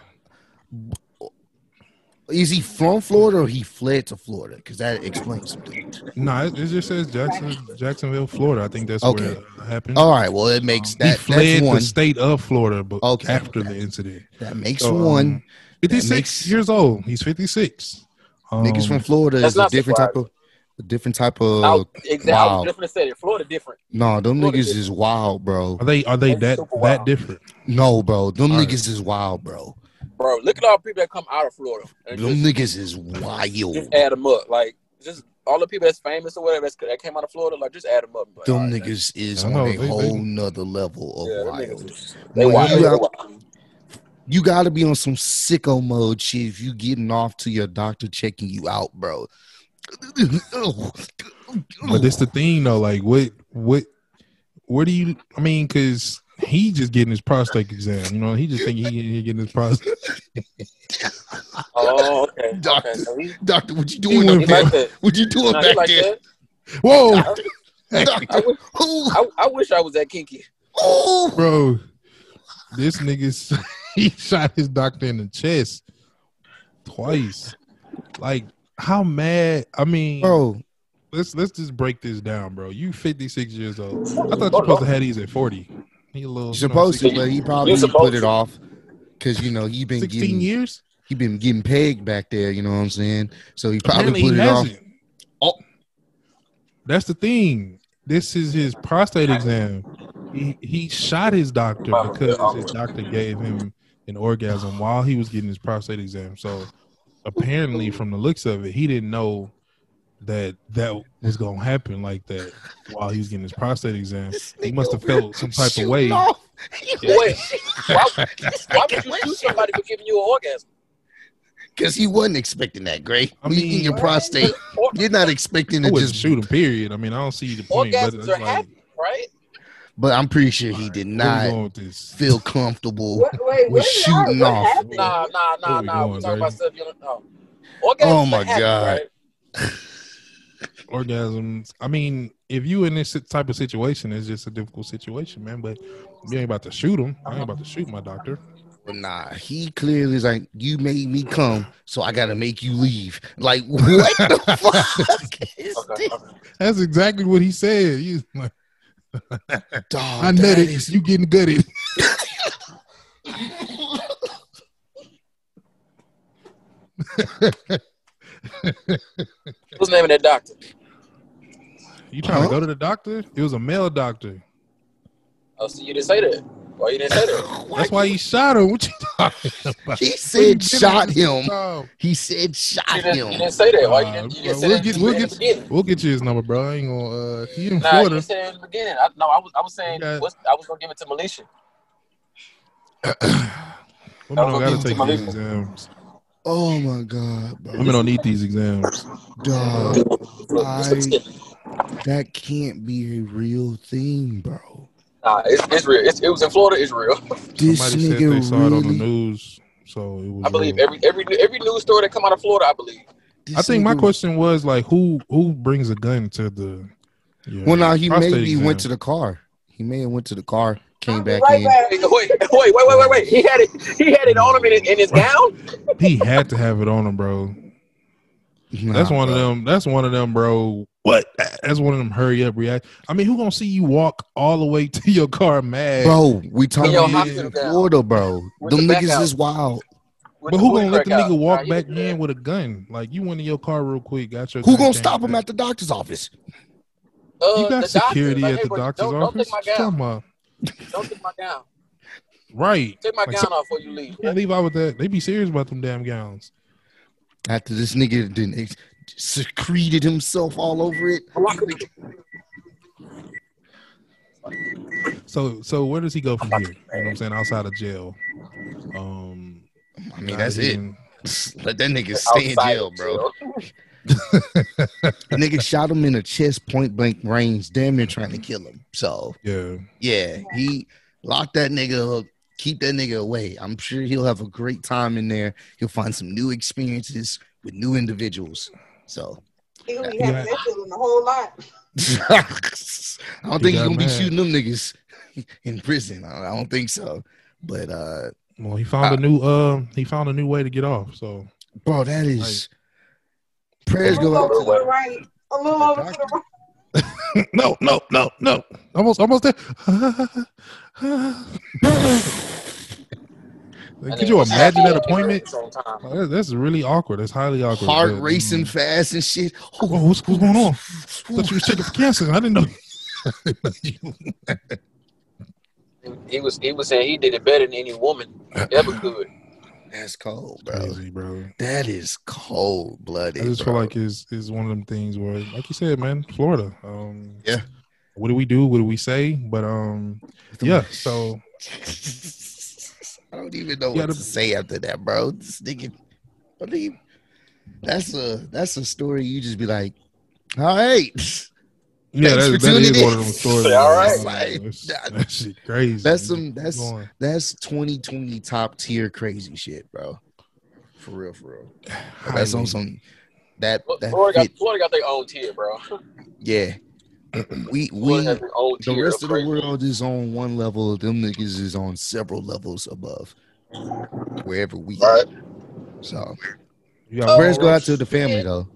[SPEAKER 4] is he from Florida or he fled to Florida? Because that explains some things.
[SPEAKER 3] no, it, it just says Jackson, Jacksonville, Florida. I think that's where
[SPEAKER 4] Okay.
[SPEAKER 3] it happened.
[SPEAKER 4] All right. Well, it makes
[SPEAKER 3] Um,
[SPEAKER 4] that
[SPEAKER 3] he fled
[SPEAKER 4] that's one.
[SPEAKER 3] the state of Florida, but
[SPEAKER 4] Okay,
[SPEAKER 3] after
[SPEAKER 4] okay.
[SPEAKER 3] the incident,
[SPEAKER 4] That makes
[SPEAKER 3] So, um,
[SPEAKER 4] one.
[SPEAKER 3] 56
[SPEAKER 4] makes-
[SPEAKER 3] years old. He's 56. Um,
[SPEAKER 4] Niggas from Florida
[SPEAKER 5] That's
[SPEAKER 4] is a
[SPEAKER 5] not
[SPEAKER 4] different type of a different type of
[SPEAKER 5] I was, exactly. I
[SPEAKER 4] wow.
[SPEAKER 5] was just gonna say that Florida different.
[SPEAKER 4] no, them
[SPEAKER 5] Florida
[SPEAKER 4] niggas
[SPEAKER 5] is-
[SPEAKER 4] is wild, bro.
[SPEAKER 3] are they are they
[SPEAKER 5] That's
[SPEAKER 3] that
[SPEAKER 5] super
[SPEAKER 3] that
[SPEAKER 5] wild.
[SPEAKER 3] different?
[SPEAKER 4] No, bro, them
[SPEAKER 3] All right.
[SPEAKER 4] niggas is wild, bro.
[SPEAKER 5] Bro, look at all the people that come out of Florida. And
[SPEAKER 4] Them
[SPEAKER 5] just,
[SPEAKER 4] niggas is wild.
[SPEAKER 5] just add them up. Like, just all the people that's famous or whatever that's, that came out of Florida, like, just add them up. Like,
[SPEAKER 4] Them
[SPEAKER 5] all right,
[SPEAKER 4] niggas is
[SPEAKER 3] I
[SPEAKER 4] on
[SPEAKER 3] know,
[SPEAKER 4] a
[SPEAKER 3] they- they-
[SPEAKER 4] whole nother level of
[SPEAKER 5] Yeah, them
[SPEAKER 4] wild.
[SPEAKER 5] niggas- They
[SPEAKER 4] Like,
[SPEAKER 5] wild.
[SPEAKER 4] you
[SPEAKER 5] They
[SPEAKER 4] got-
[SPEAKER 5] wild.
[SPEAKER 4] you gotta be on some sicko mode shit if you getting off to your doctor checking you out, bro.
[SPEAKER 3] But that's the thing though, like what what where do you I mean, cause he just getting his prostate exam, you know, he just think he, he getting his prostate.
[SPEAKER 5] Oh, okay.
[SPEAKER 4] Doctor.
[SPEAKER 5] okay. So he,
[SPEAKER 4] doctor, what you
[SPEAKER 3] He
[SPEAKER 4] doing
[SPEAKER 3] went
[SPEAKER 4] up
[SPEAKER 5] he
[SPEAKER 3] from-
[SPEAKER 4] there?
[SPEAKER 5] like that.
[SPEAKER 4] What you doing
[SPEAKER 5] Nah, he
[SPEAKER 4] back
[SPEAKER 5] like
[SPEAKER 4] there?
[SPEAKER 5] that.
[SPEAKER 3] Whoa,
[SPEAKER 5] I,
[SPEAKER 4] Doctor,
[SPEAKER 5] wish,
[SPEAKER 4] who?
[SPEAKER 5] I, I wish I was that kinky.
[SPEAKER 4] Oh,
[SPEAKER 3] bro. This nigga's he shot his doctor in the chest twice. Like how mad I mean
[SPEAKER 4] bro,
[SPEAKER 3] let's let's just break this down, bro. You fifty six years old. I thought
[SPEAKER 5] Oh,
[SPEAKER 3] you supposed to
[SPEAKER 5] Lord.
[SPEAKER 3] have these at forty. He a little you know,
[SPEAKER 4] You're supposed to,
[SPEAKER 3] 16
[SPEAKER 4] but he probably
[SPEAKER 5] supposed
[SPEAKER 4] put it
[SPEAKER 5] to.
[SPEAKER 4] off because you know he been
[SPEAKER 3] sixteen
[SPEAKER 4] getting
[SPEAKER 3] years?
[SPEAKER 4] he been getting pegged back there. You know what I'm saying? So he
[SPEAKER 3] Apparently
[SPEAKER 4] probably put
[SPEAKER 3] he
[SPEAKER 4] it off.
[SPEAKER 3] hasn't. Oh. That's the thing. This is his prostate exam. He, he shot his doctor because his doctor gave him an orgasm while he was getting his prostate exam. So apparently, from the looks of it, he didn't know that that was going to happen like that while he was getting his prostate exam. He must have felt some type of way.
[SPEAKER 5] Wait, why, why would you shoot somebody for giving you an orgasm?
[SPEAKER 4] because he wasn't expecting that. Great,
[SPEAKER 3] I
[SPEAKER 4] I
[SPEAKER 3] mean-
[SPEAKER 4] mean, your prostate,
[SPEAKER 5] Or,
[SPEAKER 4] you're not expecting
[SPEAKER 3] I
[SPEAKER 4] to
[SPEAKER 3] wouldn't
[SPEAKER 4] just
[SPEAKER 3] shoot him. Period. I mean, I don't see the point. But
[SPEAKER 5] orgasms
[SPEAKER 3] it's
[SPEAKER 5] are
[SPEAKER 3] like,
[SPEAKER 5] happy, right?
[SPEAKER 4] But I'm pretty sure he did
[SPEAKER 3] where we
[SPEAKER 4] not
[SPEAKER 3] going with this?
[SPEAKER 4] feel comfortable.
[SPEAKER 2] What, wait,
[SPEAKER 4] We're
[SPEAKER 2] what, did I-
[SPEAKER 4] shooting
[SPEAKER 2] what
[SPEAKER 4] off.
[SPEAKER 2] happened?
[SPEAKER 5] Nah, nah, nah,
[SPEAKER 3] Where we
[SPEAKER 5] nah.
[SPEAKER 3] going,
[SPEAKER 5] We talking about
[SPEAKER 3] Brady?
[SPEAKER 5] stuff you don't know. Orgasms
[SPEAKER 4] Oh, my
[SPEAKER 5] are happy,
[SPEAKER 4] God.
[SPEAKER 5] Right?
[SPEAKER 3] orgasms. I mean, if you in this type of situation, it's just a difficult situation, man. But you ain't about to shoot him. I ain't about to shoot my doctor.
[SPEAKER 4] But nah, he clearly is like, you made me come, so I gotta make you leave. Like, what the fuck is
[SPEAKER 5] Okay,
[SPEAKER 4] this?
[SPEAKER 5] okay.
[SPEAKER 3] That's exactly what he said. You like,
[SPEAKER 4] Dog,
[SPEAKER 3] I
[SPEAKER 4] that
[SPEAKER 3] nutted.
[SPEAKER 4] is-
[SPEAKER 3] You getting gutted?
[SPEAKER 5] What's the name of that doctor?
[SPEAKER 3] You trying
[SPEAKER 4] Huh?
[SPEAKER 3] to go to the doctor? It was a male doctor.
[SPEAKER 5] Oh, so you didn't say that. Why you didn't say that?
[SPEAKER 3] That's why he shot him. What you talking about?
[SPEAKER 4] He said shot him.
[SPEAKER 3] Oh,
[SPEAKER 4] He said shot
[SPEAKER 5] You didn't, you
[SPEAKER 4] him.
[SPEAKER 5] didn't say that. Why you didn't, you
[SPEAKER 3] Uh, we'll
[SPEAKER 5] didn't say that?
[SPEAKER 3] get-
[SPEAKER 5] in
[SPEAKER 3] we'll
[SPEAKER 5] the
[SPEAKER 3] get-
[SPEAKER 5] beginning?
[SPEAKER 3] We'll get you his number, bro. I ain't gonna. Uh, he in
[SPEAKER 5] Nah, you
[SPEAKER 3] Florida.
[SPEAKER 5] said it in the beginning. I, no, I was, I was saying,
[SPEAKER 3] Yeah.
[SPEAKER 5] what's, I was gonna give it to Militia.
[SPEAKER 3] Women don't
[SPEAKER 5] I'll
[SPEAKER 3] gotta
[SPEAKER 5] give it
[SPEAKER 3] take
[SPEAKER 5] to my
[SPEAKER 3] these
[SPEAKER 5] people.
[SPEAKER 3] exams.
[SPEAKER 4] Oh my god, bro.
[SPEAKER 3] Women don't need these exams.
[SPEAKER 4] Dog, I-
[SPEAKER 5] Nah,
[SPEAKER 4] that can't be a real thing, bro.
[SPEAKER 5] it's, it's real. It's, it was in Florida. It's real.
[SPEAKER 4] This
[SPEAKER 3] Somebody said
[SPEAKER 4] nigga
[SPEAKER 3] they saw it on the
[SPEAKER 4] really-
[SPEAKER 3] news, so it was.
[SPEAKER 5] I believe
[SPEAKER 3] real.
[SPEAKER 5] every every every news story that come out of Florida. I believe.
[SPEAKER 4] this
[SPEAKER 3] I think my
[SPEAKER 4] nigga-
[SPEAKER 3] question was like, who who brings a gun to the? yeah,
[SPEAKER 4] Well, now he
[SPEAKER 3] prostate
[SPEAKER 4] maybe
[SPEAKER 3] exam?
[SPEAKER 4] went to the car. He may have went to the car, came
[SPEAKER 2] I'll be
[SPEAKER 4] back
[SPEAKER 2] right
[SPEAKER 4] in.
[SPEAKER 2] back.
[SPEAKER 5] Wait, wait, wait, wait, wait, wait. He had it. He had it on him in, his- in his gown.
[SPEAKER 3] He had to have it on him, bro.
[SPEAKER 4] Nah,
[SPEAKER 3] That's one
[SPEAKER 4] bro.
[SPEAKER 3] of them. That's one of them, bro. What? That's one of them. Hurry up, react. I mean, who gonna see you walk all the way to your car mad?
[SPEAKER 4] Bro, we talking
[SPEAKER 5] Yo,
[SPEAKER 4] about
[SPEAKER 5] hospital gown.
[SPEAKER 4] Florida, bro.
[SPEAKER 5] With
[SPEAKER 4] Them
[SPEAKER 5] the back
[SPEAKER 4] niggas
[SPEAKER 5] out.
[SPEAKER 4] is wild.
[SPEAKER 5] with
[SPEAKER 3] but
[SPEAKER 5] the
[SPEAKER 3] who
[SPEAKER 5] booty
[SPEAKER 3] gonna let the
[SPEAKER 5] crack out.
[SPEAKER 3] nigga walk
[SPEAKER 5] Nah, you
[SPEAKER 3] back
[SPEAKER 5] can do
[SPEAKER 3] in
[SPEAKER 5] that.
[SPEAKER 3] with a gun? Like you went in your car real quick, got your.
[SPEAKER 4] Who
[SPEAKER 3] gun,
[SPEAKER 4] gonna
[SPEAKER 3] came
[SPEAKER 4] stop him
[SPEAKER 3] back.
[SPEAKER 4] at the doctor's office?
[SPEAKER 5] Uh,
[SPEAKER 3] You got
[SPEAKER 5] the doctor,
[SPEAKER 3] security
[SPEAKER 5] like,
[SPEAKER 3] at
[SPEAKER 5] hey,
[SPEAKER 3] the
[SPEAKER 5] bro,
[SPEAKER 3] doctor's
[SPEAKER 5] don't,
[SPEAKER 3] office.
[SPEAKER 5] Don't
[SPEAKER 3] What
[SPEAKER 5] take
[SPEAKER 3] you
[SPEAKER 5] my gown.
[SPEAKER 3] talking about?
[SPEAKER 5] Don't take my gown.
[SPEAKER 3] Right.
[SPEAKER 5] Take my
[SPEAKER 3] Like,
[SPEAKER 5] gown off before you leave.
[SPEAKER 3] Yeah, leave out with that. They be serious about them damn gowns.
[SPEAKER 4] After this nigga didn't ex- secreted himself all over it.
[SPEAKER 3] So so where does he go from here? You know what I'm saying? Outside of jail. Um
[SPEAKER 4] I mean, that's it.
[SPEAKER 3] didn't-
[SPEAKER 4] Let that nigga stay in
[SPEAKER 5] Outside
[SPEAKER 4] jail,
[SPEAKER 5] of
[SPEAKER 4] bro. The nigga shot him in the chest, point blank range, damn near trying to kill him. So
[SPEAKER 3] Yeah.
[SPEAKER 4] yeah, he locked that nigga up. Keep that nigga away. I'm sure he'll have a great time in there. He'll find some new experiences with new individuals. So
[SPEAKER 2] He gonna be
[SPEAKER 3] Yeah.
[SPEAKER 2] having that feeling a whole lot.
[SPEAKER 4] I don't
[SPEAKER 3] He
[SPEAKER 4] think
[SPEAKER 3] got
[SPEAKER 4] he's gonna be
[SPEAKER 3] mad.
[SPEAKER 4] shooting them niggas in prison. I I don't think so. But uh
[SPEAKER 3] Well he found a new um he found a new way to get off. So
[SPEAKER 4] bro, that is prayers
[SPEAKER 2] A little
[SPEAKER 4] go out
[SPEAKER 2] over to
[SPEAKER 4] to
[SPEAKER 2] the right. A little
[SPEAKER 4] the
[SPEAKER 2] over to the
[SPEAKER 4] doctor.
[SPEAKER 2] right.
[SPEAKER 3] no, no, no, no. Almost almost there. Like, Could you imagine that appointment?
[SPEAKER 5] Sometime.
[SPEAKER 3] Like, that- That's really awkward. That's highly awkward.
[SPEAKER 4] heart
[SPEAKER 3] but,
[SPEAKER 4] racing
[SPEAKER 3] mm,
[SPEAKER 4] fast and shit.
[SPEAKER 3] Whoa, what's what's going on? Thought you was sick of cancer. I didn't know.
[SPEAKER 5] He was he was saying he did it better than any woman ever could.
[SPEAKER 4] That's cold, bro.
[SPEAKER 3] Crazy, bro.
[SPEAKER 4] That is cold blooded.
[SPEAKER 3] I just feel like it's is one of them things where, like you said, man, Florida. Um,
[SPEAKER 4] Yeah.
[SPEAKER 3] What do we do? What do we say? But um, yeah. So
[SPEAKER 4] I don't even know
[SPEAKER 3] You
[SPEAKER 4] what
[SPEAKER 3] gotta-
[SPEAKER 4] to say after that, bro. This nigga, I mean, that's a that's a story. You just be like, all right.
[SPEAKER 3] yeah, that,
[SPEAKER 4] Thanks for
[SPEAKER 3] that
[SPEAKER 4] tuning
[SPEAKER 3] is
[SPEAKER 4] in.
[SPEAKER 3] one of them stories. man.
[SPEAKER 5] All right.
[SPEAKER 3] Like, that's-
[SPEAKER 4] Like,
[SPEAKER 3] that shit crazy.
[SPEAKER 4] That's
[SPEAKER 3] man.
[SPEAKER 4] some that's
[SPEAKER 3] Going.
[SPEAKER 4] that's 2020 top tier crazy shit, bro. For real, for real. That's
[SPEAKER 3] Highly.
[SPEAKER 4] on some that
[SPEAKER 5] Look,
[SPEAKER 4] that
[SPEAKER 5] Florida got
[SPEAKER 4] fit-
[SPEAKER 5] Florida got their own tier, bro.
[SPEAKER 4] yeah. we we
[SPEAKER 5] Florida has their own
[SPEAKER 4] the
[SPEAKER 5] tier.
[SPEAKER 4] rest of the
[SPEAKER 5] crazy.
[SPEAKER 4] world is on one level. Them niggas is on several levels above. Wherever we
[SPEAKER 5] Right.
[SPEAKER 4] so
[SPEAKER 3] You
[SPEAKER 5] Oh,
[SPEAKER 3] got
[SPEAKER 4] prayers go
[SPEAKER 3] Walrus?
[SPEAKER 4] out to the family though.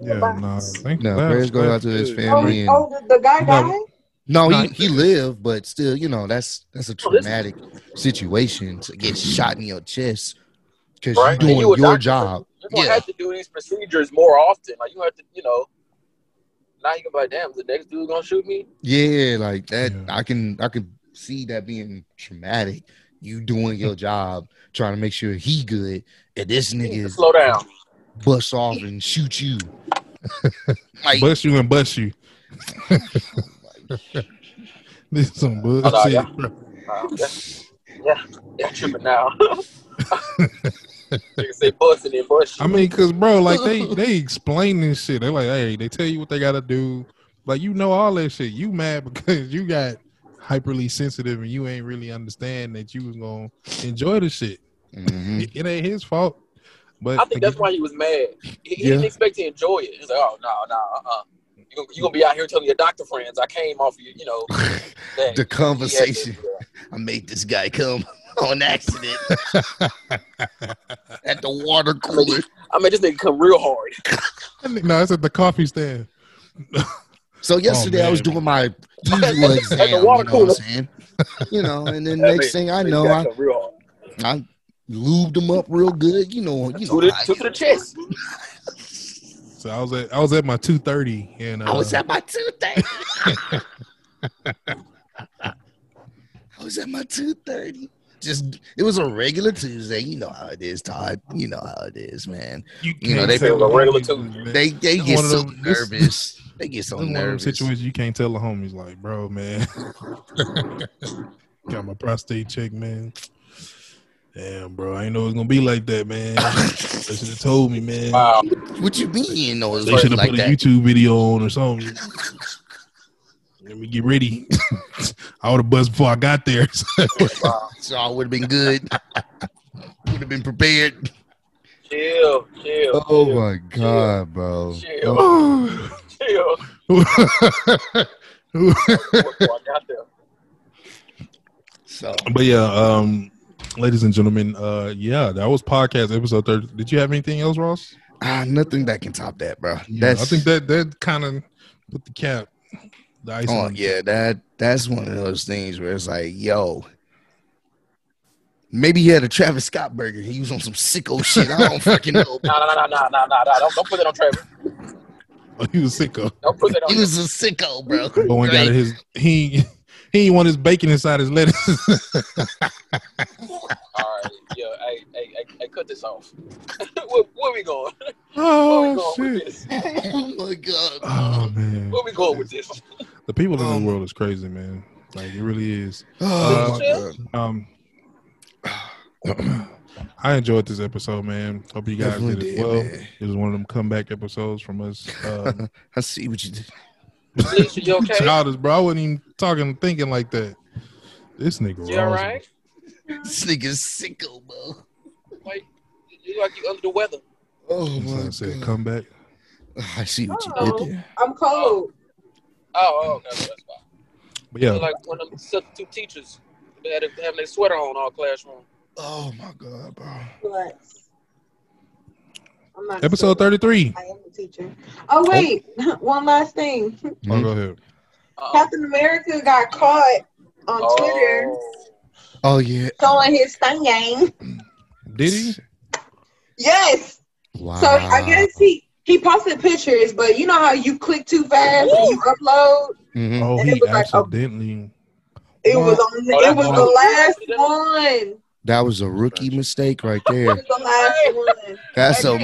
[SPEAKER 3] Yeah, nah, thank
[SPEAKER 4] No,
[SPEAKER 3] God.
[SPEAKER 4] prayers go out to his
[SPEAKER 2] Oh,
[SPEAKER 4] family.
[SPEAKER 2] he-
[SPEAKER 4] And,
[SPEAKER 2] oh, the, the guy
[SPEAKER 3] No.
[SPEAKER 2] died?
[SPEAKER 4] no,
[SPEAKER 3] Nah,
[SPEAKER 4] he, he lived, but still, you know, that's that's a
[SPEAKER 5] Oh, this- Mm-hmm.
[SPEAKER 4] traumatic situation to get shot in your chest because
[SPEAKER 5] Right. And
[SPEAKER 4] you're
[SPEAKER 5] you
[SPEAKER 4] doing
[SPEAKER 5] a
[SPEAKER 4] your
[SPEAKER 5] doctor.
[SPEAKER 4] job.
[SPEAKER 5] You're gonna
[SPEAKER 4] Yeah.
[SPEAKER 5] have to do these procedures more often. Like you have to, you know. Now you can be like, damn, is the next dude gonna shoot me?
[SPEAKER 4] Yeah, like that.
[SPEAKER 3] Yeah.
[SPEAKER 4] I can I can see that being traumatic. You doing your job, trying to make sure he good, and this nigga is
[SPEAKER 5] Slow down.
[SPEAKER 4] bust off and shoot you. like,
[SPEAKER 3] Bust you and bust you.
[SPEAKER 4] Oh
[SPEAKER 3] This is some
[SPEAKER 5] on,
[SPEAKER 3] bullshit.
[SPEAKER 5] y'all. Uh, yeah, yeah, yeah, tripping now. you can say bust and then bust.
[SPEAKER 3] I mean, cause bro, like they they explain this shit. They're like, hey, they tell you what they gotta do. Like you know all that shit. You mad because you got hyperly sensitive and you ain't really understand that you was gonna enjoy the shit.
[SPEAKER 4] mhm.
[SPEAKER 3] It, it ain't his fault. But
[SPEAKER 5] I think that's why he was mad. He, he didn't
[SPEAKER 3] Yeah.
[SPEAKER 5] expect to enjoy it. He's like, oh no, no, uh, uh you gonna you gonna be out here telling your doctor friends I came off of you, you know. that
[SPEAKER 4] the
[SPEAKER 5] he had to-
[SPEAKER 4] conversation. I made this guy come on accident at the water cooler.
[SPEAKER 5] I mean, this nigga come real hard.
[SPEAKER 3] no, it's at the coffee stand.
[SPEAKER 4] So yesterday I was
[SPEAKER 3] Oh, man.
[SPEAKER 4] doing my usual exam.
[SPEAKER 5] At
[SPEAKER 4] you
[SPEAKER 5] the water
[SPEAKER 4] know what
[SPEAKER 5] cooler.
[SPEAKER 4] I'm saying? You know, and then
[SPEAKER 5] That
[SPEAKER 4] next
[SPEAKER 5] nigga-
[SPEAKER 4] thing I
[SPEAKER 5] this
[SPEAKER 4] know,
[SPEAKER 5] guy
[SPEAKER 4] I,
[SPEAKER 5] come real hard.
[SPEAKER 4] I lubed him up real good. You know, you know.
[SPEAKER 5] Two to,
[SPEAKER 4] how I
[SPEAKER 5] two
[SPEAKER 4] do.
[SPEAKER 5] to the chest.
[SPEAKER 3] So I was at I was at my two thirty, and uh,
[SPEAKER 4] I was at my two thirty. I was at my two thirty. Just it was a regular Tuesday. You know how it is, Todd. You know how it is, man. you know,
[SPEAKER 3] can't
[SPEAKER 4] they-
[SPEAKER 3] tell the
[SPEAKER 5] Regular
[SPEAKER 3] homies,
[SPEAKER 5] Tuesday.
[SPEAKER 3] man.
[SPEAKER 4] They they
[SPEAKER 3] One
[SPEAKER 4] get
[SPEAKER 3] of
[SPEAKER 4] so
[SPEAKER 3] them- this-
[SPEAKER 4] nervous. They get so
[SPEAKER 3] That's one of them
[SPEAKER 4] nervous.
[SPEAKER 3] situations you can't tell the homies, like, bro, man, got my prostate check, man. Damn, bro, I ain't know it was gonna be like that, man. they should have told me, man.
[SPEAKER 5] Wow.
[SPEAKER 4] What you mean? You know, it's
[SPEAKER 3] They should have
[SPEAKER 4] like
[SPEAKER 3] put a
[SPEAKER 4] that.
[SPEAKER 3] YouTube video on or something. Let me get ready. I would have buzzed before I got there.
[SPEAKER 4] So I would have been good. would have been prepared.
[SPEAKER 5] Chill, chill.
[SPEAKER 4] Oh
[SPEAKER 5] chill,
[SPEAKER 4] my god, bro.
[SPEAKER 5] Chill, chill. Before I got there.
[SPEAKER 4] So
[SPEAKER 3] but yeah, um, ladies and gentlemen, uh, yeah, that was podcast episode thirty. Did you have anything else, Ross?
[SPEAKER 4] ah, nothing that can top that, bro.
[SPEAKER 3] Yeah,
[SPEAKER 4] That's
[SPEAKER 3] I think that that kind of put the cap. The ice
[SPEAKER 4] Oh
[SPEAKER 3] on it.
[SPEAKER 4] yeah, that that's one of those things where it's like, yo, maybe he had a Travis Scott burger. He was on some sicko shit. I don't fucking know.
[SPEAKER 5] Nah, nah, nah, nah, nah, nah, nah. Don't, don't put that on Travis.
[SPEAKER 3] he was sicko.
[SPEAKER 5] Don't put that on.
[SPEAKER 4] He was a sicko, bro.
[SPEAKER 3] Bowen got
[SPEAKER 4] Right?
[SPEAKER 3] his he he ain't want his bacon inside his lettuce.
[SPEAKER 5] All right, yeah. Hey, hey, hey, hey cut this off. where, where we going? Where we
[SPEAKER 3] oh
[SPEAKER 5] going with
[SPEAKER 3] shit!
[SPEAKER 5] this?
[SPEAKER 4] oh my god.
[SPEAKER 3] Oh man,
[SPEAKER 5] Where we going with this?
[SPEAKER 3] the people in
[SPEAKER 4] Um,
[SPEAKER 3] the world is crazy, man. Like it really is.
[SPEAKER 4] Oh,
[SPEAKER 3] Uh,
[SPEAKER 4] my God.
[SPEAKER 3] Um, I enjoyed this episode, man. Hope you guys
[SPEAKER 4] Definitely
[SPEAKER 3] did as
[SPEAKER 4] did,
[SPEAKER 3] well.
[SPEAKER 4] man.
[SPEAKER 3] It was one of them comeback episodes from us. Um,
[SPEAKER 4] I see what you did.
[SPEAKER 5] Alicia, you okay?
[SPEAKER 3] childish, bro. I wasn't even talking, thinking like that. This nigga,
[SPEAKER 5] You
[SPEAKER 3] Ross,
[SPEAKER 5] all right?
[SPEAKER 4] This nigga's sicko, bro.
[SPEAKER 5] Like, you like you under the weather?
[SPEAKER 4] Oh
[SPEAKER 3] that's why I
[SPEAKER 4] my
[SPEAKER 3] said
[SPEAKER 4] god.
[SPEAKER 3] comeback.
[SPEAKER 4] I see what you
[SPEAKER 2] Oh.
[SPEAKER 4] did there.
[SPEAKER 2] I'm cold.
[SPEAKER 5] Oh, oh, okay, that's fine.
[SPEAKER 3] But yeah,
[SPEAKER 5] You're like one of them substitute teachers that had to have their sweater on all classroom.
[SPEAKER 4] Oh my god, bro.
[SPEAKER 2] Relax. I'm not a
[SPEAKER 3] episode
[SPEAKER 2] student.
[SPEAKER 3] thirty-three.
[SPEAKER 2] I am a teacher. Oh wait, one last thing.
[SPEAKER 4] mm-hmm.
[SPEAKER 3] Oh, go ahead.
[SPEAKER 5] Uh-uh.
[SPEAKER 2] Captain America got caught on Twitter
[SPEAKER 4] Oh yeah.
[SPEAKER 2] showing his thumb game.
[SPEAKER 3] Did he?
[SPEAKER 4] Mm-hmm.
[SPEAKER 2] Yes.
[SPEAKER 4] Wow.
[SPEAKER 2] So I
[SPEAKER 3] Ah.
[SPEAKER 2] guess he he posted pictures, but you know how you click too fast and you upload.
[SPEAKER 4] Mhm.
[SPEAKER 3] Oh,
[SPEAKER 2] And
[SPEAKER 3] he
[SPEAKER 2] it was like, oh.
[SPEAKER 3] accidentally.
[SPEAKER 2] It was on.
[SPEAKER 5] Oh, that
[SPEAKER 2] It was
[SPEAKER 5] one.
[SPEAKER 2] the last one.
[SPEAKER 4] That was a rookie mistake right there.
[SPEAKER 2] It was the last one.
[SPEAKER 4] That's a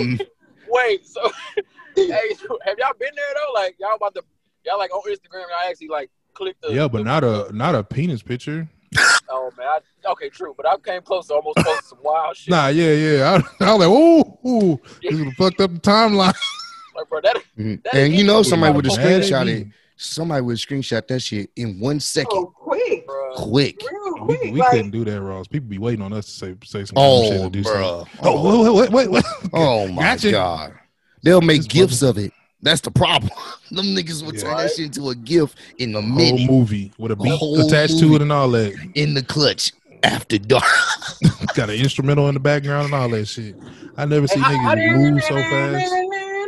[SPEAKER 5] Wait, so hey, have y'all been there though? Like y'all about to y'all like on Instagram? Y'all actually like click the
[SPEAKER 3] Yeah, but
[SPEAKER 5] the-
[SPEAKER 3] not a not a penis picture.
[SPEAKER 5] Oh man, I, okay, true. But I came close to almost posting some wild shit.
[SPEAKER 3] Nah, yeah, yeah. I, I was like, ooh, ooh, this would have fucked up the timeline.
[SPEAKER 5] Like, bro, that
[SPEAKER 4] Mhm.
[SPEAKER 5] That
[SPEAKER 4] and
[SPEAKER 5] is-
[SPEAKER 4] you know somebody would
[SPEAKER 3] Would've
[SPEAKER 4] have
[SPEAKER 3] been mad at
[SPEAKER 4] screenshot
[SPEAKER 3] me.
[SPEAKER 4] it. Somebody would screenshot that shit in one second,
[SPEAKER 2] Oh, quick,
[SPEAKER 5] bro.
[SPEAKER 4] quick.
[SPEAKER 2] real
[SPEAKER 3] We,
[SPEAKER 2] quick.
[SPEAKER 3] we
[SPEAKER 2] like,
[SPEAKER 3] couldn't do that, Ross. People be waiting on us to say say some dumb shit
[SPEAKER 4] Oh,
[SPEAKER 3] or do something.
[SPEAKER 4] bro. Oh,
[SPEAKER 3] Oh, wait, wait, wait, wait.
[SPEAKER 4] oh my
[SPEAKER 3] Gotcha.
[SPEAKER 4] god. They'll make
[SPEAKER 3] This
[SPEAKER 4] gifts of it. That's the problem. Them niggas will
[SPEAKER 3] Yeah. Oh,
[SPEAKER 4] turn that shit into a gift in a
[SPEAKER 3] Whole
[SPEAKER 4] minute,
[SPEAKER 3] movie with a beat
[SPEAKER 4] whole
[SPEAKER 3] attached to
[SPEAKER 4] movie.
[SPEAKER 3] it and all that.
[SPEAKER 4] in the clutch after dark.
[SPEAKER 3] Got an instrumental in the background and all that shit. I never see
[SPEAKER 5] Hey, how- how do
[SPEAKER 3] niggas
[SPEAKER 5] you-
[SPEAKER 3] move so fast.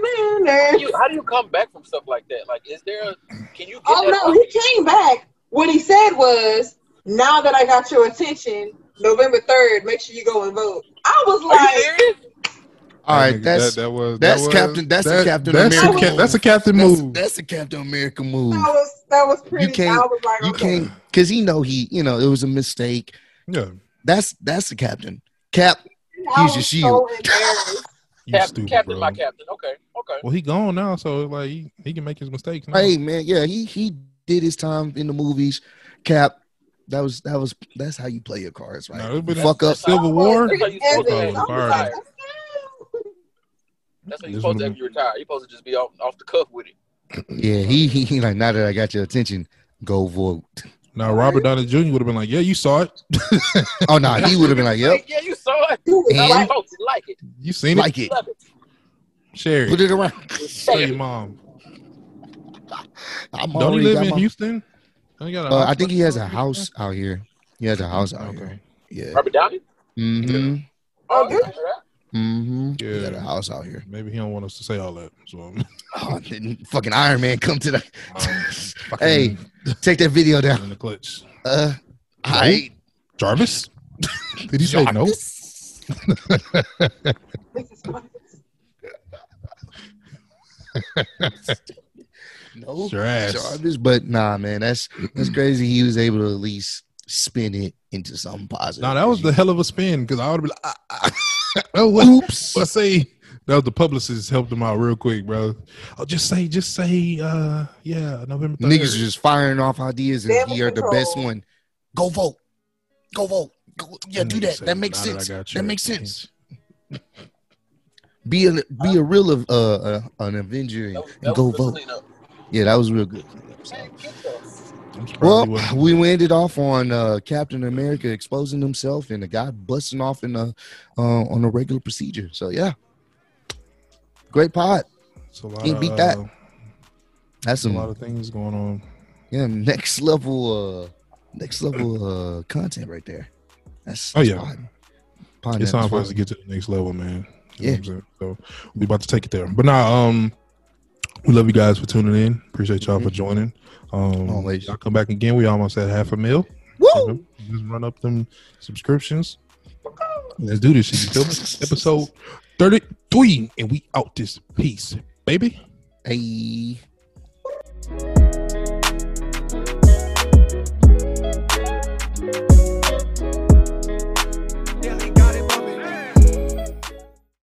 [SPEAKER 5] How do, you, how do you come back from stuff like that? Like, is there? A, can you? Get
[SPEAKER 2] Oh
[SPEAKER 5] that
[SPEAKER 2] no, he came back. What he said was, "Now that I got your attention, November third, make sure you go and vote." I was
[SPEAKER 5] Are you
[SPEAKER 2] like,
[SPEAKER 5] serious?
[SPEAKER 4] All
[SPEAKER 3] That
[SPEAKER 4] right,
[SPEAKER 3] nigga-
[SPEAKER 4] that's
[SPEAKER 3] that, that was
[SPEAKER 4] that's
[SPEAKER 3] that was-
[SPEAKER 4] Captain- that's a Captain
[SPEAKER 3] That's a,
[SPEAKER 2] America
[SPEAKER 3] cap- that's a captain
[SPEAKER 4] that's,
[SPEAKER 3] move.
[SPEAKER 4] that's a Captain America move.
[SPEAKER 2] that was that was pretty.
[SPEAKER 4] can't-
[SPEAKER 2] I was like,
[SPEAKER 4] You
[SPEAKER 2] okay.
[SPEAKER 4] can't because he know he you know it was a mistake.
[SPEAKER 3] yeah,
[SPEAKER 4] That's that's the captain. Cap,
[SPEAKER 2] I
[SPEAKER 4] Use your
[SPEAKER 2] was
[SPEAKER 4] shield.
[SPEAKER 2] So embarrassed.
[SPEAKER 3] you
[SPEAKER 5] Cap,
[SPEAKER 3] stupid,
[SPEAKER 5] captain,
[SPEAKER 3] bro.
[SPEAKER 5] my captain. Okay, okay.
[SPEAKER 3] Well, he gone now, so it's like he, he can make his mistakes. Now.
[SPEAKER 4] hey man, yeah, he he did his time in the movies. Cap, that was that was that's how you play your cards, right?
[SPEAKER 3] No, it's been-
[SPEAKER 4] Fuck up.
[SPEAKER 3] Civil War?
[SPEAKER 5] That's how you supposed to
[SPEAKER 3] Fuck
[SPEAKER 5] act.
[SPEAKER 3] all
[SPEAKER 2] I
[SPEAKER 3] the
[SPEAKER 2] was like,
[SPEAKER 5] That's how you
[SPEAKER 3] This
[SPEAKER 5] supposed
[SPEAKER 3] would've
[SPEAKER 5] to act when you retire. You're supposed to just be off, off the cuff with it.
[SPEAKER 4] Yeah, he, he he like now that I got your attention, go vote.
[SPEAKER 3] Now Robert Downey Jr. would have been like, "Yeah, you saw it.
[SPEAKER 4] Oh no, he would have been like, Yep,
[SPEAKER 5] Like, yeah, you saw it.
[SPEAKER 2] "Dude,
[SPEAKER 4] And-
[SPEAKER 5] Now
[SPEAKER 2] like,
[SPEAKER 5] you folks like it.
[SPEAKER 3] You seen
[SPEAKER 4] like it.
[SPEAKER 5] You Love it.
[SPEAKER 3] it? Share
[SPEAKER 4] Put
[SPEAKER 3] it.
[SPEAKER 4] it around.
[SPEAKER 3] Tell your mom.
[SPEAKER 4] I'm
[SPEAKER 3] Don't he
[SPEAKER 4] already
[SPEAKER 3] live
[SPEAKER 4] got
[SPEAKER 3] in
[SPEAKER 4] my-
[SPEAKER 3] Houston? Don't he got a
[SPEAKER 4] Uh,
[SPEAKER 3] house
[SPEAKER 4] I think he
[SPEAKER 3] or
[SPEAKER 4] has a
[SPEAKER 3] something?
[SPEAKER 4] house out here. He has a house out
[SPEAKER 3] Okay.
[SPEAKER 4] here. Yeah.
[SPEAKER 5] Robert Downey.
[SPEAKER 4] Mm-hmm.
[SPEAKER 5] Oh,
[SPEAKER 2] Okay.
[SPEAKER 5] yeah.
[SPEAKER 4] Mm-hmm. He
[SPEAKER 3] Yeah.
[SPEAKER 4] got a house out here.
[SPEAKER 3] Maybe he don't want us to say all that. So
[SPEAKER 4] Oh, didn't fucking Iron Man come to the
[SPEAKER 3] fucking
[SPEAKER 4] Hey, take that video down.
[SPEAKER 3] in the clutch.
[SPEAKER 4] Uh, I
[SPEAKER 3] Jarvis? Did he say no?
[SPEAKER 2] this is-
[SPEAKER 4] no
[SPEAKER 3] Sure ass.
[SPEAKER 4] charges, but nah, man, that's that's crazy. He was able to at least spin it into something positive.
[SPEAKER 3] Now that was the hell of a spin because I would have been like, ah, ah. oh, what,
[SPEAKER 4] oops.
[SPEAKER 3] what say? That was the publicist helped him out real quick, bro. Oh, just say, just say, uh, yeah, November 3rd.
[SPEAKER 4] Niggas are just firing off ideas, and
[SPEAKER 2] Devil
[SPEAKER 4] he heard the best
[SPEAKER 2] control.
[SPEAKER 4] one. Go vote. Go vote. Go, yeah,
[SPEAKER 3] That
[SPEAKER 4] do
[SPEAKER 3] nigga
[SPEAKER 4] that.
[SPEAKER 3] said,
[SPEAKER 4] That makes
[SPEAKER 3] "Now I
[SPEAKER 4] sense.
[SPEAKER 3] got
[SPEAKER 4] That
[SPEAKER 3] your
[SPEAKER 4] makes sense.
[SPEAKER 3] attention."
[SPEAKER 4] Be a be a real uh, uh an Avenger and,
[SPEAKER 5] That was-
[SPEAKER 4] and
[SPEAKER 5] that
[SPEAKER 4] go
[SPEAKER 5] was the
[SPEAKER 4] vote.
[SPEAKER 5] cleanup.
[SPEAKER 4] Yeah, that was real good. So-
[SPEAKER 5] Man, get the-
[SPEAKER 3] I'm surprised
[SPEAKER 4] Well,
[SPEAKER 3] he wasn't-
[SPEAKER 4] we ended off on uh, Captain America exposing himself and the guy busting off in a uh, on a regular procedure. So yeah, great pot.
[SPEAKER 3] it's a lot
[SPEAKER 4] can't
[SPEAKER 3] of,
[SPEAKER 4] beat that.
[SPEAKER 3] uh,
[SPEAKER 4] That's
[SPEAKER 3] it's a lot
[SPEAKER 4] some uh,
[SPEAKER 3] of things going on.
[SPEAKER 4] yeah next level uh, next level uh, content right there. That's
[SPEAKER 3] Oh,
[SPEAKER 4] that's
[SPEAKER 3] yeah.
[SPEAKER 4] pot. Pot
[SPEAKER 3] It's
[SPEAKER 4] that
[SPEAKER 3] time for
[SPEAKER 4] was
[SPEAKER 3] us to get to the next level, man. You
[SPEAKER 4] Yeah.
[SPEAKER 3] know what I'm saying? So we about to take it there. But now, um, we love you guys for tuning in. Appreciate y'all for joining. Um,
[SPEAKER 4] Mm-hmm. Always.
[SPEAKER 3] y'all come back again. We almost at half a mil. You
[SPEAKER 4] Woo!
[SPEAKER 3] know, Mm-hmm. just run up them subscriptions. Let's do this shit. You feel me? Episode 33, and we out this piece, baby.
[SPEAKER 4] Hey.